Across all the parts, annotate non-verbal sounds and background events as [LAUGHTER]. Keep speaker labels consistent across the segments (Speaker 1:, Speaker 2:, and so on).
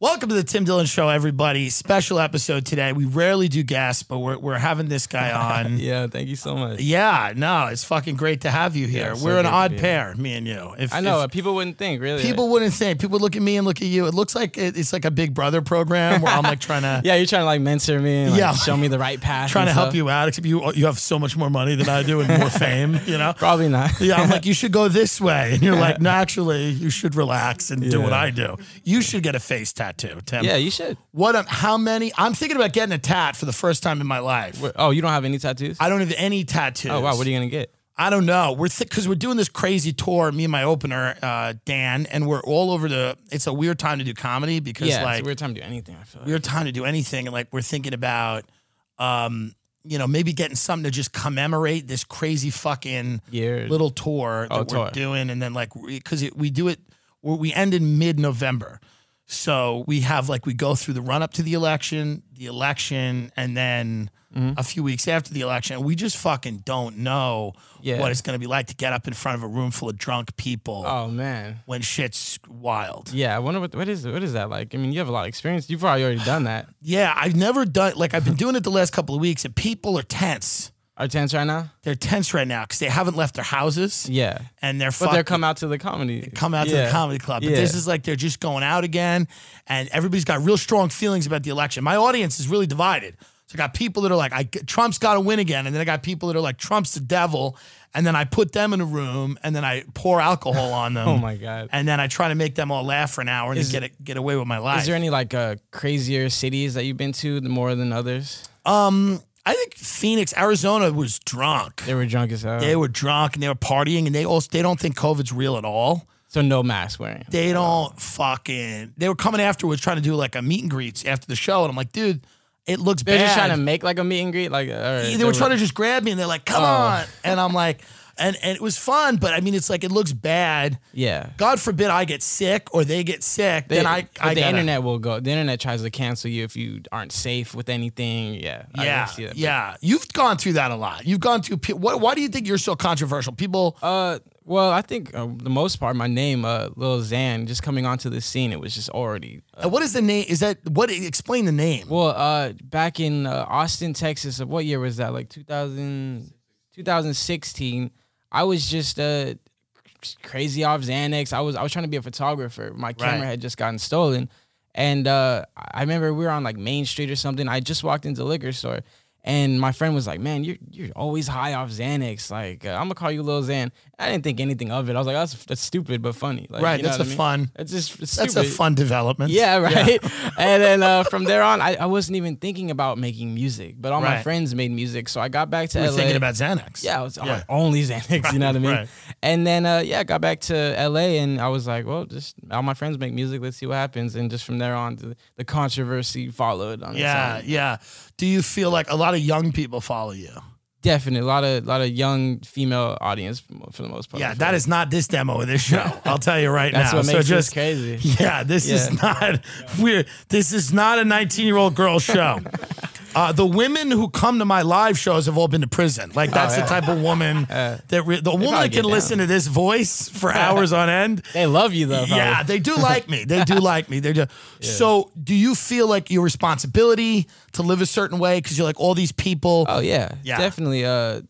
Speaker 1: Welcome to the Tim Dillon Show, everybody. Special episode today. We rarely do guests, but we're, we're having this
Speaker 2: [LAUGHS]
Speaker 1: guy on.
Speaker 2: Yeah, thank you so much.
Speaker 1: yeah, no, it's fucking great to have you here.
Speaker 2: Yeah, so
Speaker 1: we're an
Speaker 2: good to
Speaker 1: odd
Speaker 2: be here.
Speaker 1: pair, me and you. If,
Speaker 2: I know
Speaker 1: if-
Speaker 2: uh, people wouldn't think really.
Speaker 1: People wouldn't think. People look at me and look at you. It looks like it, it's like a Big Brother program where I'm
Speaker 2: [LAUGHS]
Speaker 1: like trying to
Speaker 2: yeah, you're trying to like mentor me and like,
Speaker 1: Yeah.
Speaker 2: show me the right path.
Speaker 1: trying to
Speaker 2: and
Speaker 1: help
Speaker 2: stuff.
Speaker 1: you out. Except you you have so much more money than I do and
Speaker 2: [LAUGHS]
Speaker 1: more fame. You know.
Speaker 2: Probably not.
Speaker 1: Yeah, I'm like, you should go this way. And you're like, no, actually, you should relax and do what
Speaker 2: Yeah.
Speaker 1: I do. You should get a face tattoo, Tim.
Speaker 2: [LAUGHS] yeah, you should.
Speaker 1: What, um, how many? I'm thinking about getting a tat for the first time in my life.
Speaker 2: Oh, you don't have any tattoos?
Speaker 1: I don't have any tattoos.
Speaker 2: oh wow, what are you gonna get?
Speaker 1: I don't know. We're because we're doing this crazy tour. Me and my opener, uh, Dan, and we're all over the. It's a weird time to do comedy because
Speaker 2: Yeah,
Speaker 1: like
Speaker 2: it's a weird time to do anything. I feel. Like.
Speaker 1: weird time to do anything, and like we're thinking about, um, you know, maybe getting something to just commemorate this crazy fucking
Speaker 2: Year.
Speaker 1: little tour that
Speaker 2: Oh,
Speaker 1: we're
Speaker 2: tour.
Speaker 1: doing, and then like because we do it, we we end in mid November, so we have like we go through the run up to the election, the election, and then
Speaker 2: Mm-hmm.
Speaker 1: a few weeks after the election, we just fucking don't know
Speaker 2: Yeah.
Speaker 1: what it's gonna be like to get up in front of a room full of drunk people
Speaker 2: Oh man.
Speaker 1: when shit's wild.
Speaker 2: Yeah, I wonder what what is what is that like? I mean, you have a lot of experience. You've probably already done that.
Speaker 1: Yeah, I've never done like I've been doing it the last couple of weeks, and people are tense.
Speaker 2: Are tense right now?
Speaker 1: They're tense right now because they haven't left their houses
Speaker 2: Yeah,
Speaker 1: and they're
Speaker 2: but
Speaker 1: fucking
Speaker 2: they're come out to the comedy.
Speaker 1: come out to
Speaker 2: Yeah.
Speaker 1: the comedy club. But
Speaker 2: Yeah.
Speaker 1: this is like they're just going out again, and everybody's got real strong feelings about the election. My audience is really divided. So I got people that are like, I, Trump's got to win again, and then I got people that are like, Trump's the devil, and then I put them in a room, and then I pour alcohol on them.
Speaker 2: [LAUGHS] Oh my god.
Speaker 1: And then I try to make them all laugh for an hour and
Speaker 2: Is-
Speaker 1: then get it, get away with my life.
Speaker 2: Is there any like uh, crazier cities that you've been to more than others?
Speaker 1: um, I think Phoenix, Arizona was drunk.
Speaker 2: They were drunk as hell.
Speaker 1: They were drunk and they were partying, and they also they don't think COVID's real at all.
Speaker 2: so no mask wearing.
Speaker 1: they don't fucking. They were coming afterwards trying to do like a meet and greets after the show, and I'm like, dude, it looks
Speaker 2: They're
Speaker 1: bad.
Speaker 2: just trying to make like a meet and greet. Like all right,
Speaker 1: they, were trying to just grab me, and they're like,
Speaker 2: Oh.
Speaker 1: come on, and I'm like, and and it was fun, but I mean, it's like it looks bad.
Speaker 2: Yeah.
Speaker 1: God forbid I get sick or they get sick, then I
Speaker 2: but
Speaker 1: I
Speaker 2: the
Speaker 1: gotta-
Speaker 2: internet will go. The internet tries to cancel you if you aren't safe with anything. Yeah. I
Speaker 1: Yeah,
Speaker 2: see that.
Speaker 1: yeah. You've gone through that a lot. You've gone through. pe- What? Why do you think you're so controversial? People.
Speaker 2: Uh, well, I think uh, the most part, my name, uh, Lil Xan, just coming onto the scene, it was just already. Uh,
Speaker 1: what is the name? Is that what? Explain the name.
Speaker 2: well, uh, back in uh, Austin, Texas, of what year was that? Like 2000, 2016. I was just uh, crazy off Xanax. I was I was trying to be a photographer. My camera
Speaker 1: Right.
Speaker 2: had just gotten stolen, and uh, I remember we were on like Main Street or something. I just walked into the liquor store, and my friend was like, "Man, you're you're always high off Xanax. Like uh, I'm gonna call you Lil Xan." I didn't think anything of it. I was like, "That's that's stupid but funny." Like,
Speaker 1: Right,
Speaker 2: you know
Speaker 1: that's a
Speaker 2: what I mean?
Speaker 1: fun-
Speaker 2: That's just it's
Speaker 1: That's
Speaker 2: stupid.
Speaker 1: a fun development.
Speaker 2: Yeah, right. and then uh, from there on, I, I wasn't even thinking about making music, but all
Speaker 1: Right.
Speaker 2: my friends made music. So I got back to
Speaker 1: We're
Speaker 2: LA.
Speaker 1: thinking about Xanax.
Speaker 2: Yeah, it was
Speaker 1: Yeah.
Speaker 2: only Xanax. you know what I mean?
Speaker 1: right.
Speaker 2: And then uh, yeah, I got back to LA and I was like, well, just all my friends make music. Let's see what happens. And just from there on, the, the controversy followed. On its
Speaker 1: Yeah,
Speaker 2: own.
Speaker 1: yeah. Do you feel like a lot of young people follow you?
Speaker 2: definitely a lot of lot of young female audience for mo- for the most part.
Speaker 1: Yeah, that is not this demo of this show.
Speaker 2: [LAUGHS]
Speaker 1: I'll tell you right
Speaker 2: that's
Speaker 1: now.
Speaker 2: what makes
Speaker 1: so
Speaker 2: this
Speaker 1: just
Speaker 2: crazy.
Speaker 1: yeah, this is not we're this is not a 19-year-old girl
Speaker 2: [LAUGHS]
Speaker 1: show. Uh, the women who come to my live shows have all been to prison.
Speaker 2: Oh,
Speaker 1: Like that's the type of
Speaker 2: [LAUGHS]
Speaker 1: woman that re- the woman
Speaker 2: Uh, probably
Speaker 1: that
Speaker 2: get
Speaker 1: can
Speaker 2: down.
Speaker 1: listen to this voice
Speaker 2: [LAUGHS]
Speaker 1: for hours on end.
Speaker 2: They love you though. probably.
Speaker 1: Yeah, they do like me.
Speaker 2: [LAUGHS]
Speaker 1: They do like me. They do. So, do you feel like your responsibility to live a certain way because you're like all these people?
Speaker 2: Oh yeah,
Speaker 1: Yeah.
Speaker 2: definitely. Uh,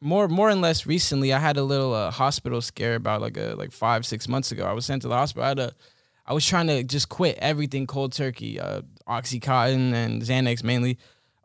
Speaker 2: more more and less recently, I had a little uh, hospital scare about like a like five six months ago. I was sent to the hospital. I had a, I was trying to just quit everything cold turkey, uh, OxyContin and Xanax mainly.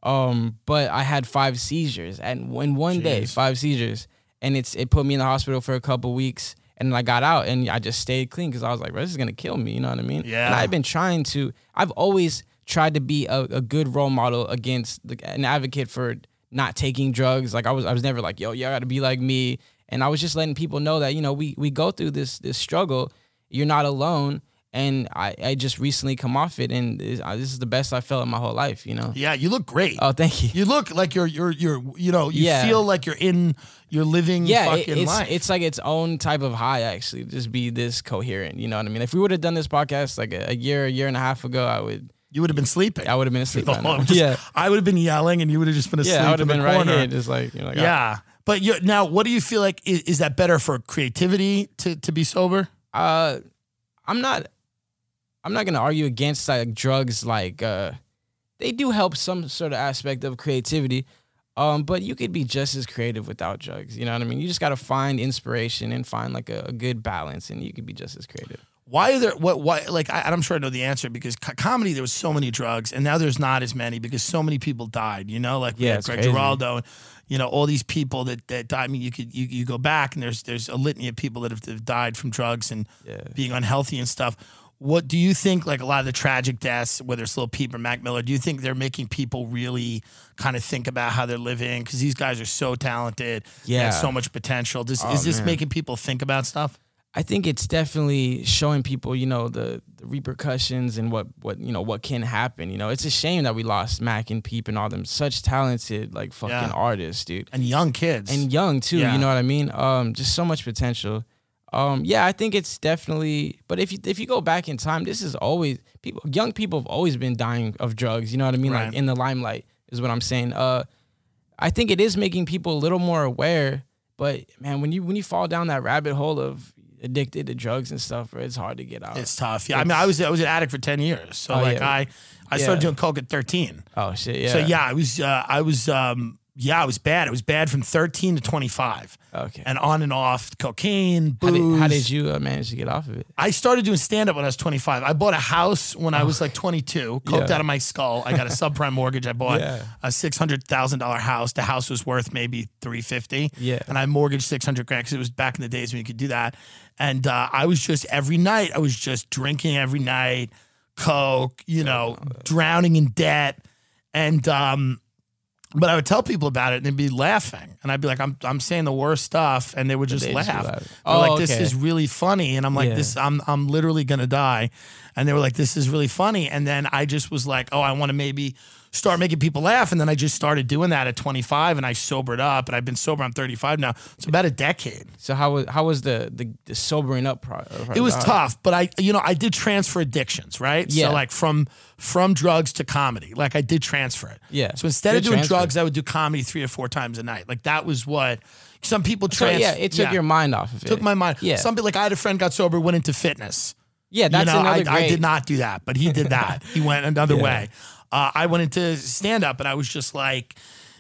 Speaker 2: Um, but I had five seizures and in one day, five seizures, and it's it put me in the hospital for a couple weeks. And I got out and I just stayed clean because I was like, bro, this is gonna kill me. You know what I mean?
Speaker 1: Yeah.
Speaker 2: And I've been trying to. I've always tried to be a, a good role model against the, an advocate for not taking drugs. Like I was, I was never like, yo, you all gotta be like me. And I was just letting people know that you know we we go through this this struggle. You're not alone. And I, I just recently come off it, and this, I, this is the best I felt in my whole life. You know.
Speaker 1: Yeah, you look great.
Speaker 2: Oh, thank you.
Speaker 1: You look like you're you're you're you know you
Speaker 2: Yeah.
Speaker 1: feel like you're in you're living
Speaker 2: yeah, it-
Speaker 1: fucking
Speaker 2: it's
Speaker 1: life.
Speaker 2: it's like its own type of high. Actually, just be this coherent. You know what I mean? If we would have done this podcast like a, a year, a year and a half ago, I would
Speaker 1: you would have been sleeping.
Speaker 2: I would have been
Speaker 1: [LAUGHS]
Speaker 2: asleep. by now.
Speaker 1: Just-
Speaker 2: [LAUGHS] yeah,
Speaker 1: I would have been yelling, and you would have just been asleep
Speaker 2: yeah, I would
Speaker 1: in
Speaker 2: have
Speaker 1: the
Speaker 2: been right
Speaker 1: corner.
Speaker 2: here, just like you're like, yeah.
Speaker 1: yeah, but you now what do you feel like is, is
Speaker 2: "Ah."
Speaker 1: that better for creativity to to be sober?
Speaker 2: Uh, I'm not. I'm not gonna argue against like drugs. Like uh, they do help some sort of aspect of creativity, um, but you could be just as creative without drugs. You know what I mean? You just gotta find inspiration and find like a, a good balance, and you could be just as creative.
Speaker 1: Why are there what why like I, I'm sure I know the answer because co- comedy there was so many drugs and now there's not as many because so many people died. You know, like we
Speaker 2: Yeah,
Speaker 1: had
Speaker 2: it's
Speaker 1: Greg
Speaker 2: crazy.
Speaker 1: Giraldo and you know all these people that that died. I mean, you could you, you go back and there's there's a litany of people that have, have died from drugs and
Speaker 2: Yeah.
Speaker 1: being unhealthy and stuff. What do you think? Like a lot of the tragic deaths, whether it's Lil Peep or Mac Miller, do you think they're making people really kind of think about how they're living? Because these guys are so talented, they have
Speaker 2: Yeah.
Speaker 1: so much potential. Does,
Speaker 2: Oh,
Speaker 1: is this
Speaker 2: man.
Speaker 1: making people think about stuff?
Speaker 2: I think it's definitely showing people, you know, the, the repercussions and what what you know what can happen. You know, it's a shame that we lost Mac and Peep and all them such talented like fucking
Speaker 1: Yeah.
Speaker 2: artists, dude,
Speaker 1: And young kids,
Speaker 2: and young too.
Speaker 1: Yeah.
Speaker 2: You know what I mean? Um, just so much potential. Um, yeah, I think it's definitely. But if you if you go back in time, this is always people. Young people have always been dying of drugs. You know what I mean?
Speaker 1: Right.
Speaker 2: Like in the limelight is what I'm saying. Uh, I think it is making people a little more aware. But man, when you when you fall down that rabbit hole of addicted to drugs and stuff, bro, it's hard to get out.
Speaker 1: it's tough. Yeah, I mean, I was I was an addict for ten years, so
Speaker 2: Oh,
Speaker 1: like
Speaker 2: yeah.
Speaker 1: I I started
Speaker 2: Yeah.
Speaker 1: doing coke at thirteen.
Speaker 2: oh shit, yeah.
Speaker 1: So yeah, I was uh, I was um, yeah, I was bad. It was bad from thirteen to twenty five,
Speaker 2: Okay.
Speaker 1: and on and off cocaine,
Speaker 2: Oh, how,
Speaker 1: booze.
Speaker 2: did, how did you uh, manage to get off of it?
Speaker 1: I started doing stand up when I was 25. I bought a house when I was like
Speaker 2: [SIGHS]
Speaker 1: 22, coped
Speaker 2: Yeah.
Speaker 1: out of my skull. I got a subprime mortgage. I bought
Speaker 2: Yeah.
Speaker 1: a $600,000 house. The house was worth maybe 350.
Speaker 2: Yeah.
Speaker 1: And I mortgaged 600 grand because it was back in the days when you could do that. And uh, I was just every night, I was just drinking every night, coke, you know, drowning in debt. And, um, but I would tell people about it and they'd be laughing. And I'd be like, I'm, I'm saying the worst stuff. And they would just
Speaker 2: They
Speaker 1: laugh.
Speaker 2: just
Speaker 1: They're
Speaker 2: laugh.
Speaker 1: like,
Speaker 2: Oh,
Speaker 1: this
Speaker 2: okay.
Speaker 1: is really funny. And I'm like,
Speaker 2: Yeah.
Speaker 1: this, I'm, I'm literally going to die. And they were like, this is really funny. And then I just was like, oh, I want to maybe start making people laugh. And then I just started doing that at 25 and I sobered up and I've been sober. I'm 35 now. It's about a decade.
Speaker 2: So how was how was the the, the sobering up pro- process?
Speaker 1: It was tough, but I, you know, I did transfer addictions, right?
Speaker 2: Oh, Yeah.
Speaker 1: So like from from drugs to comedy, like I did transfer it.
Speaker 2: Yeah.
Speaker 1: So instead of
Speaker 2: Good
Speaker 1: doing
Speaker 2: transfer.
Speaker 1: drugs, I would do comedy three or four times a night. Like that was what some people
Speaker 2: uh, So
Speaker 1: transfer.
Speaker 2: yeah, it took your mind off of it.
Speaker 1: took my mind.
Speaker 2: Yeah.
Speaker 1: Some people like I had a friend got sober, went into fitness.
Speaker 2: Yeah, that's
Speaker 1: you know,
Speaker 2: another
Speaker 1: I, I
Speaker 2: great-
Speaker 1: did not do that, but he did
Speaker 2: [LAUGHS]
Speaker 1: that. he went another
Speaker 2: Yeah.
Speaker 1: way. Uh, I went into stand up and I was just like,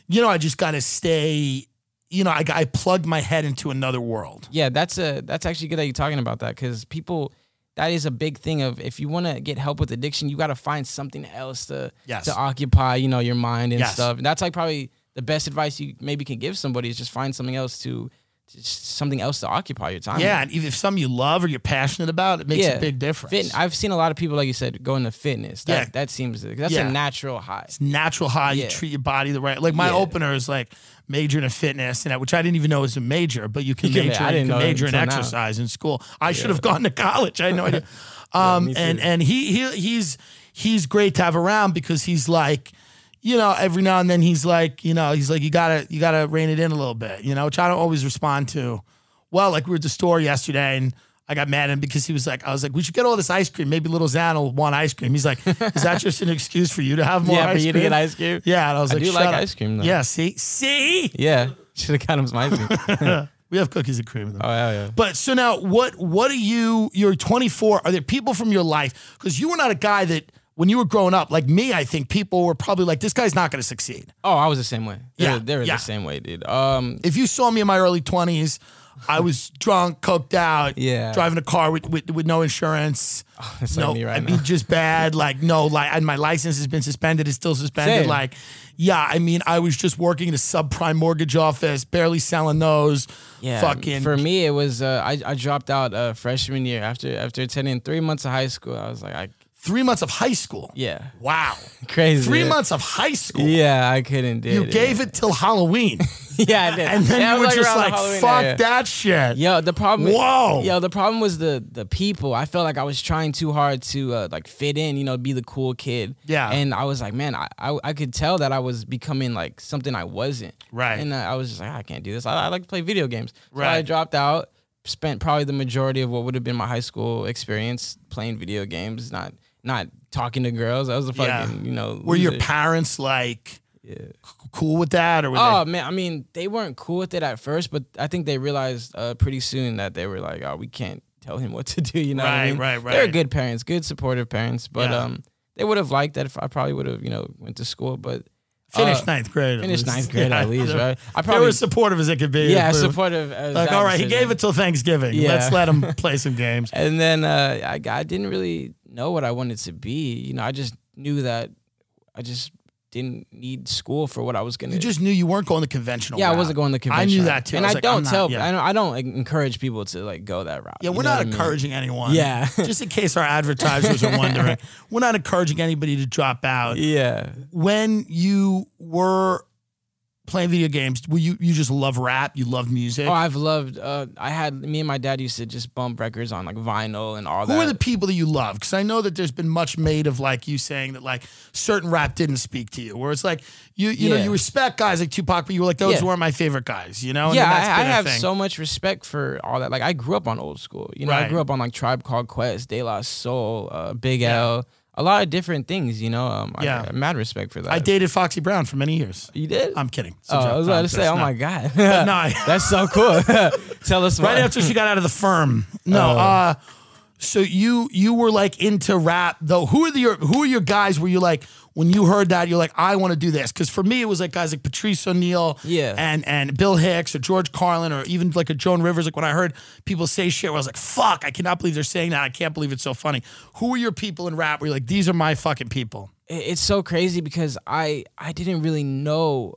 Speaker 1: you know, I just got to stay, you know, I, I plugged my head into another world.
Speaker 2: Yeah, that's a that's actually good that you're talking about that because people that is a big thing of if you want to get help with addiction, you got to find something else to
Speaker 1: Yes.
Speaker 2: to occupy you know your mind and
Speaker 1: Yes.
Speaker 2: stuff. And that's like probably the best advice you maybe can give somebody is just find something else to just something else to occupy your time.
Speaker 1: yeah.
Speaker 2: with.
Speaker 1: And even if something you love or you're passionate about, it makes
Speaker 2: Um, Yeah.
Speaker 1: a big difference.
Speaker 2: Fit, I've seen a lot of people like you said go into fitness. That
Speaker 1: Yeah.
Speaker 2: that seems that's
Speaker 1: Yeah.
Speaker 2: a natural high.
Speaker 1: It's natural how you
Speaker 2: Yeah.
Speaker 1: treat your body the right. Like my
Speaker 2: Yeah.
Speaker 1: opener is like majoring in fitness and that, which I didn't even know was a major, but
Speaker 2: [LAUGHS]
Speaker 1: you can
Speaker 2: You can-
Speaker 1: major.
Speaker 2: I
Speaker 1: you
Speaker 2: didn't
Speaker 1: can
Speaker 2: know
Speaker 1: major in
Speaker 2: until now.
Speaker 1: exercise in school. I should have gone to college. I had
Speaker 2: [LAUGHS]
Speaker 1: no idea. Um,
Speaker 2: me
Speaker 1: and
Speaker 2: too.
Speaker 1: and he he he's he's great to have around because he's like. You know, every now and then he's like, you know, he's like, you gotta, you gotta rein it in a little bit, you know, which I don't always respond to. Well, like we were at the store yesterday and I got mad at him because he was like, I was like, we should get all this ice cream. Maybe little Zan will want ice cream. He's like, is that just an [LAUGHS] excuse for you to have more
Speaker 2: yeah,
Speaker 1: ice
Speaker 2: for you to
Speaker 1: cream?
Speaker 2: get ice cream.
Speaker 1: Yeah, and I was
Speaker 2: I
Speaker 1: like,
Speaker 2: do
Speaker 1: Shut
Speaker 2: like
Speaker 1: up.
Speaker 2: ice cream though.
Speaker 1: Yeah, see, see,
Speaker 2: yeah. [LAUGHS] Should have got him some ice
Speaker 1: [LAUGHS]
Speaker 2: cream. oh
Speaker 1: we have cookies and cream. In them.
Speaker 2: hell Oh, yeah.
Speaker 1: But so now, what? What are you? You're 24. Are there people from your life? Because you were not a guy that when you were growing up, like me, I think people were probably like, this guy's not going to succeed.
Speaker 2: Oh, I was the same way. They
Speaker 1: Yeah,
Speaker 2: were- they were
Speaker 1: yeah.
Speaker 2: the same way, dude. Um,
Speaker 1: If you saw me in my early 20s, I was drunk, coked out,
Speaker 2: Yeah. Oh,
Speaker 1: driving a car with with, with no
Speaker 2: [LAUGHS]
Speaker 1: insurance.
Speaker 2: that's
Speaker 1: no,
Speaker 2: like me right
Speaker 1: I
Speaker 2: now.
Speaker 1: mean just
Speaker 2: [LAUGHS]
Speaker 1: bad. Like no, like and my license has been suspended. It's still suspended.
Speaker 2: Same.
Speaker 1: Like, yeah, I mean, I was just working in a subprime mortgage office, barely selling those. fucking.
Speaker 2: For me, it was uh, I, I dropped out uh, freshman year after after attending three months of high school. I was like, I
Speaker 1: three months of high school.
Speaker 2: yeah, [LAUGHS]
Speaker 1: Wow,
Speaker 2: crazy.
Speaker 1: three
Speaker 2: yeah.
Speaker 1: months of high school.
Speaker 2: Yeah, I couldn't do
Speaker 1: You
Speaker 2: it.
Speaker 1: gave it till Halloween,
Speaker 2: [LAUGHS]
Speaker 1: [LAUGHS]
Speaker 2: yeah, I did.
Speaker 1: and then
Speaker 2: Yeah, I
Speaker 1: you
Speaker 2: was
Speaker 1: were just
Speaker 2: around
Speaker 1: like,
Speaker 2: Halloween,
Speaker 1: "Fuck
Speaker 2: yeah.
Speaker 1: that shit."
Speaker 2: Yo, the problem.
Speaker 1: Whoa.
Speaker 2: Yo, the problem was the the people. I felt like I was trying too hard to uh, like fit in. You know, be the cool kid.
Speaker 1: Yeah.
Speaker 2: And I was like, man, I, I I could tell that I was becoming like something I wasn't.
Speaker 1: Right.
Speaker 2: And uh, I I was just like, "Ah, I can't do this. I, I like to play video games. So I
Speaker 1: Right.
Speaker 2: dropped out. Spent probably the majority of what would have been my high school experience playing video games, not not talking to girls. I was a
Speaker 1: Yeah.
Speaker 2: fucking you know.
Speaker 1: Were your
Speaker 2: loser.
Speaker 1: parents like c- cool with that, or were
Speaker 2: Oh man, I mean, they weren't cool with it at first, but I think they realized uh, pretty soon that they were like, "Oh, we can't. tell him [LAUGHS] what to do. You know, what I
Speaker 1: Right,
Speaker 2: mean?
Speaker 1: right,
Speaker 2: They're
Speaker 1: right.
Speaker 2: good parents, good supportive parents, but
Speaker 1: Yeah.
Speaker 2: um, they would have liked that if I probably would have you know went to school, but
Speaker 1: Finish
Speaker 2: uh,
Speaker 1: ninth grade. at
Speaker 2: finished
Speaker 1: least.
Speaker 2: ninth grade
Speaker 1: [LAUGHS] Yeah,
Speaker 2: at least,
Speaker 1: they-
Speaker 2: right? I
Speaker 1: They
Speaker 2: probably
Speaker 1: were as supportive as it could be.
Speaker 2: yeah
Speaker 1: We were
Speaker 2: supportive. As
Speaker 1: Like,
Speaker 2: that
Speaker 1: all right, he
Speaker 2: decision.
Speaker 1: gave it till Thanksgiving.
Speaker 2: Yeah.
Speaker 1: Let's let him
Speaker 2: [LAUGHS]
Speaker 1: play some games.
Speaker 2: And then uh, I, I didn't really know what I wanted to be. You know, I just knew that I just didn't need school for what I was gonna.
Speaker 1: You just knew you weren't going the conventional.
Speaker 2: yeah, I
Speaker 1: route.
Speaker 2: wasn't going the
Speaker 1: I
Speaker 2: convention.
Speaker 1: knew that too.
Speaker 2: and
Speaker 1: I
Speaker 2: I,
Speaker 1: was like, I'm
Speaker 2: don't
Speaker 1: not-
Speaker 2: tell.
Speaker 1: yeah.
Speaker 2: I don't. I don't like, encourage people to like go that route.
Speaker 1: Yeah,
Speaker 2: you
Speaker 1: we're
Speaker 2: know
Speaker 1: not
Speaker 2: what I mean?
Speaker 1: encouraging anyone.
Speaker 2: Yeah.
Speaker 1: [LAUGHS] Just in case our advertisers are
Speaker 2: [LAUGHS]
Speaker 1: wondering, we're not encouraging anybody to drop out.
Speaker 2: Yeah,
Speaker 1: When you were playing video games, were you you just love rap? You love music?
Speaker 2: Oh, I've loved. Uh, I had me and my dad used to just bump records on like vinyl and all
Speaker 1: Who
Speaker 2: that.
Speaker 1: are the people that you love? Because I know that there's been much made of like you saying that like certain rap didn't speak to you, where it's like you you know
Speaker 2: Yeah.
Speaker 1: you respect guys like Tupac, but you were like those
Speaker 2: Yeah.
Speaker 1: weren't my favorite guys, you know? And
Speaker 2: yeah,
Speaker 1: that's
Speaker 2: I, I
Speaker 1: been a
Speaker 2: have
Speaker 1: thing.
Speaker 2: so much respect for all that. Like, I grew up on old school. You know, I
Speaker 1: Right.
Speaker 2: grew up on like Tribe Called Quest, De La Soul, uh, Big
Speaker 1: Yeah.
Speaker 2: L, a lot of different things. You know, um, I,
Speaker 1: Yeah.
Speaker 2: I- mad respect for that.
Speaker 1: I dated Foxy Brown for many years.
Speaker 2: You did?
Speaker 1: I'm kidding. It's a
Speaker 2: oh, I
Speaker 1: joke.
Speaker 2: was
Speaker 1: No,
Speaker 2: about
Speaker 1: I'm
Speaker 2: to say,
Speaker 1: just-
Speaker 2: oh
Speaker 1: no.
Speaker 2: my god,
Speaker 1: no, I-
Speaker 2: [LAUGHS] that's so cool. [LAUGHS] Tell us
Speaker 1: right
Speaker 2: more.
Speaker 1: after she got out of the firm. No, uh, so you you were like into rap though. Who are the your who are your guys? Were you like when you heard that you're like I want to do this? Because for me it was like guys like Patrice O'Neal,
Speaker 2: Yeah.
Speaker 1: and and Bill Hicks or George Carlin or even like a Joan Rivers. Like when I heard people say shit, where I was like, fuck, I cannot believe they're saying that. I can't believe it's so funny. Who were your people in rap? Where you're like these are my fucking people?
Speaker 2: it- it's so crazy because I I didn't really know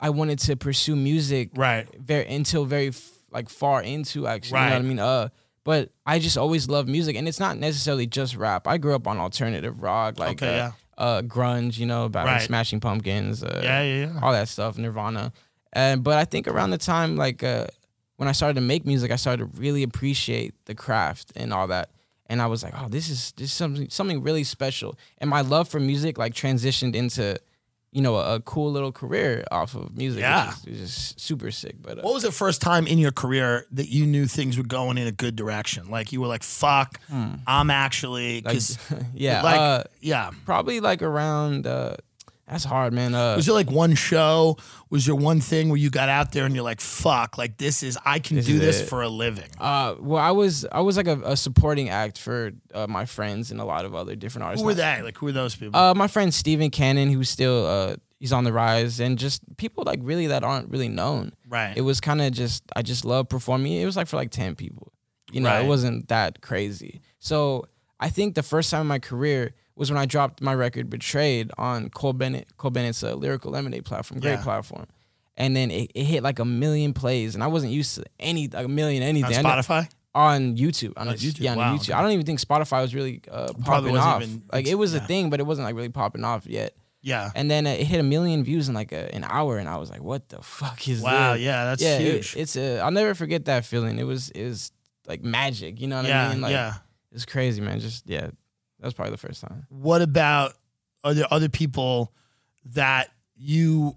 Speaker 2: I wanted to pursue music
Speaker 1: Right.
Speaker 2: very until very f- like far into actually you
Speaker 1: Right.
Speaker 2: know what I mean uh but I just always loved music and it's not necessarily just rap I grew up on alternative rock like
Speaker 1: Okay,
Speaker 2: uh, uh, grunge you know about
Speaker 1: Right.
Speaker 2: Smashing Pumpkins uh,
Speaker 1: Yeah, yeah, yeah.
Speaker 2: all that stuff Nirvana and but I think around the time like uh when I started to make music I started to really appreciate the craft and all that and I was like, oh, this is this is something something really special. And my love for music like transitioned into, you know, a, a cool little career off of music.
Speaker 1: Yeah.
Speaker 2: which is, is just super sick. But uh,
Speaker 1: What was the first time in your career that you knew things were going in a good direction? Like you were like, "Fuck, I'm actually."
Speaker 2: Hmm. like,
Speaker 1: 'cause-
Speaker 2: [LAUGHS] yeah,
Speaker 1: like
Speaker 2: uh,
Speaker 1: yeah.
Speaker 2: probably like around. Uh, that's hard, man. Uh,
Speaker 1: Was there like one show? Was there one thing where you got out there and you're like, "Fuck, like this is I can do
Speaker 2: is
Speaker 1: this
Speaker 2: it."
Speaker 1: for a living."
Speaker 2: uh, well, I was I was like a, a supporting act for uh, my friends and a lot of other different artists.
Speaker 1: Who were they? Like who were those people?
Speaker 2: Uh, my friend Steven Cannon, who's still uh, he's on the rise, and just people like really that aren't really known.
Speaker 1: right.
Speaker 2: it was kind of just I just love performing. It was like for like ten people, you know.
Speaker 1: Right.
Speaker 2: It wasn't that crazy. So I think the first time in my career was when I dropped my record "Betrayed" on Cole Bennett. Cole Bennett's uh, lyrical lemonade platform, great
Speaker 1: Yeah.
Speaker 2: platform, and then it, it hit like a million plays, and I wasn't used to any like a million
Speaker 1: on
Speaker 2: anything I know-
Speaker 1: Spotify.
Speaker 2: on YouTube. On,
Speaker 1: YouTube,
Speaker 2: yeah, on
Speaker 1: wow,
Speaker 2: YouTube.
Speaker 1: okay.
Speaker 2: I don't even think Spotify was really uh,
Speaker 1: Probably
Speaker 2: popping
Speaker 1: wasn't
Speaker 2: off.
Speaker 1: even-
Speaker 2: like it was
Speaker 1: yeah.
Speaker 2: a thing, but it wasn't like really popping off yet.
Speaker 1: Yeah.
Speaker 2: And then uh, it hit a million views in like a, an hour, and I was like, "What the fuck is
Speaker 1: Wow.
Speaker 2: this?"
Speaker 1: Yeah, that's
Speaker 2: yeah, it-
Speaker 1: huge.
Speaker 2: it's a. I'll never forget that feeling. It was is like magic. You know what
Speaker 1: yeah.
Speaker 2: I mean? Like,
Speaker 1: yeah.
Speaker 2: It's crazy, man. Just yeah, that was probably the first time.
Speaker 1: What about are there other people that you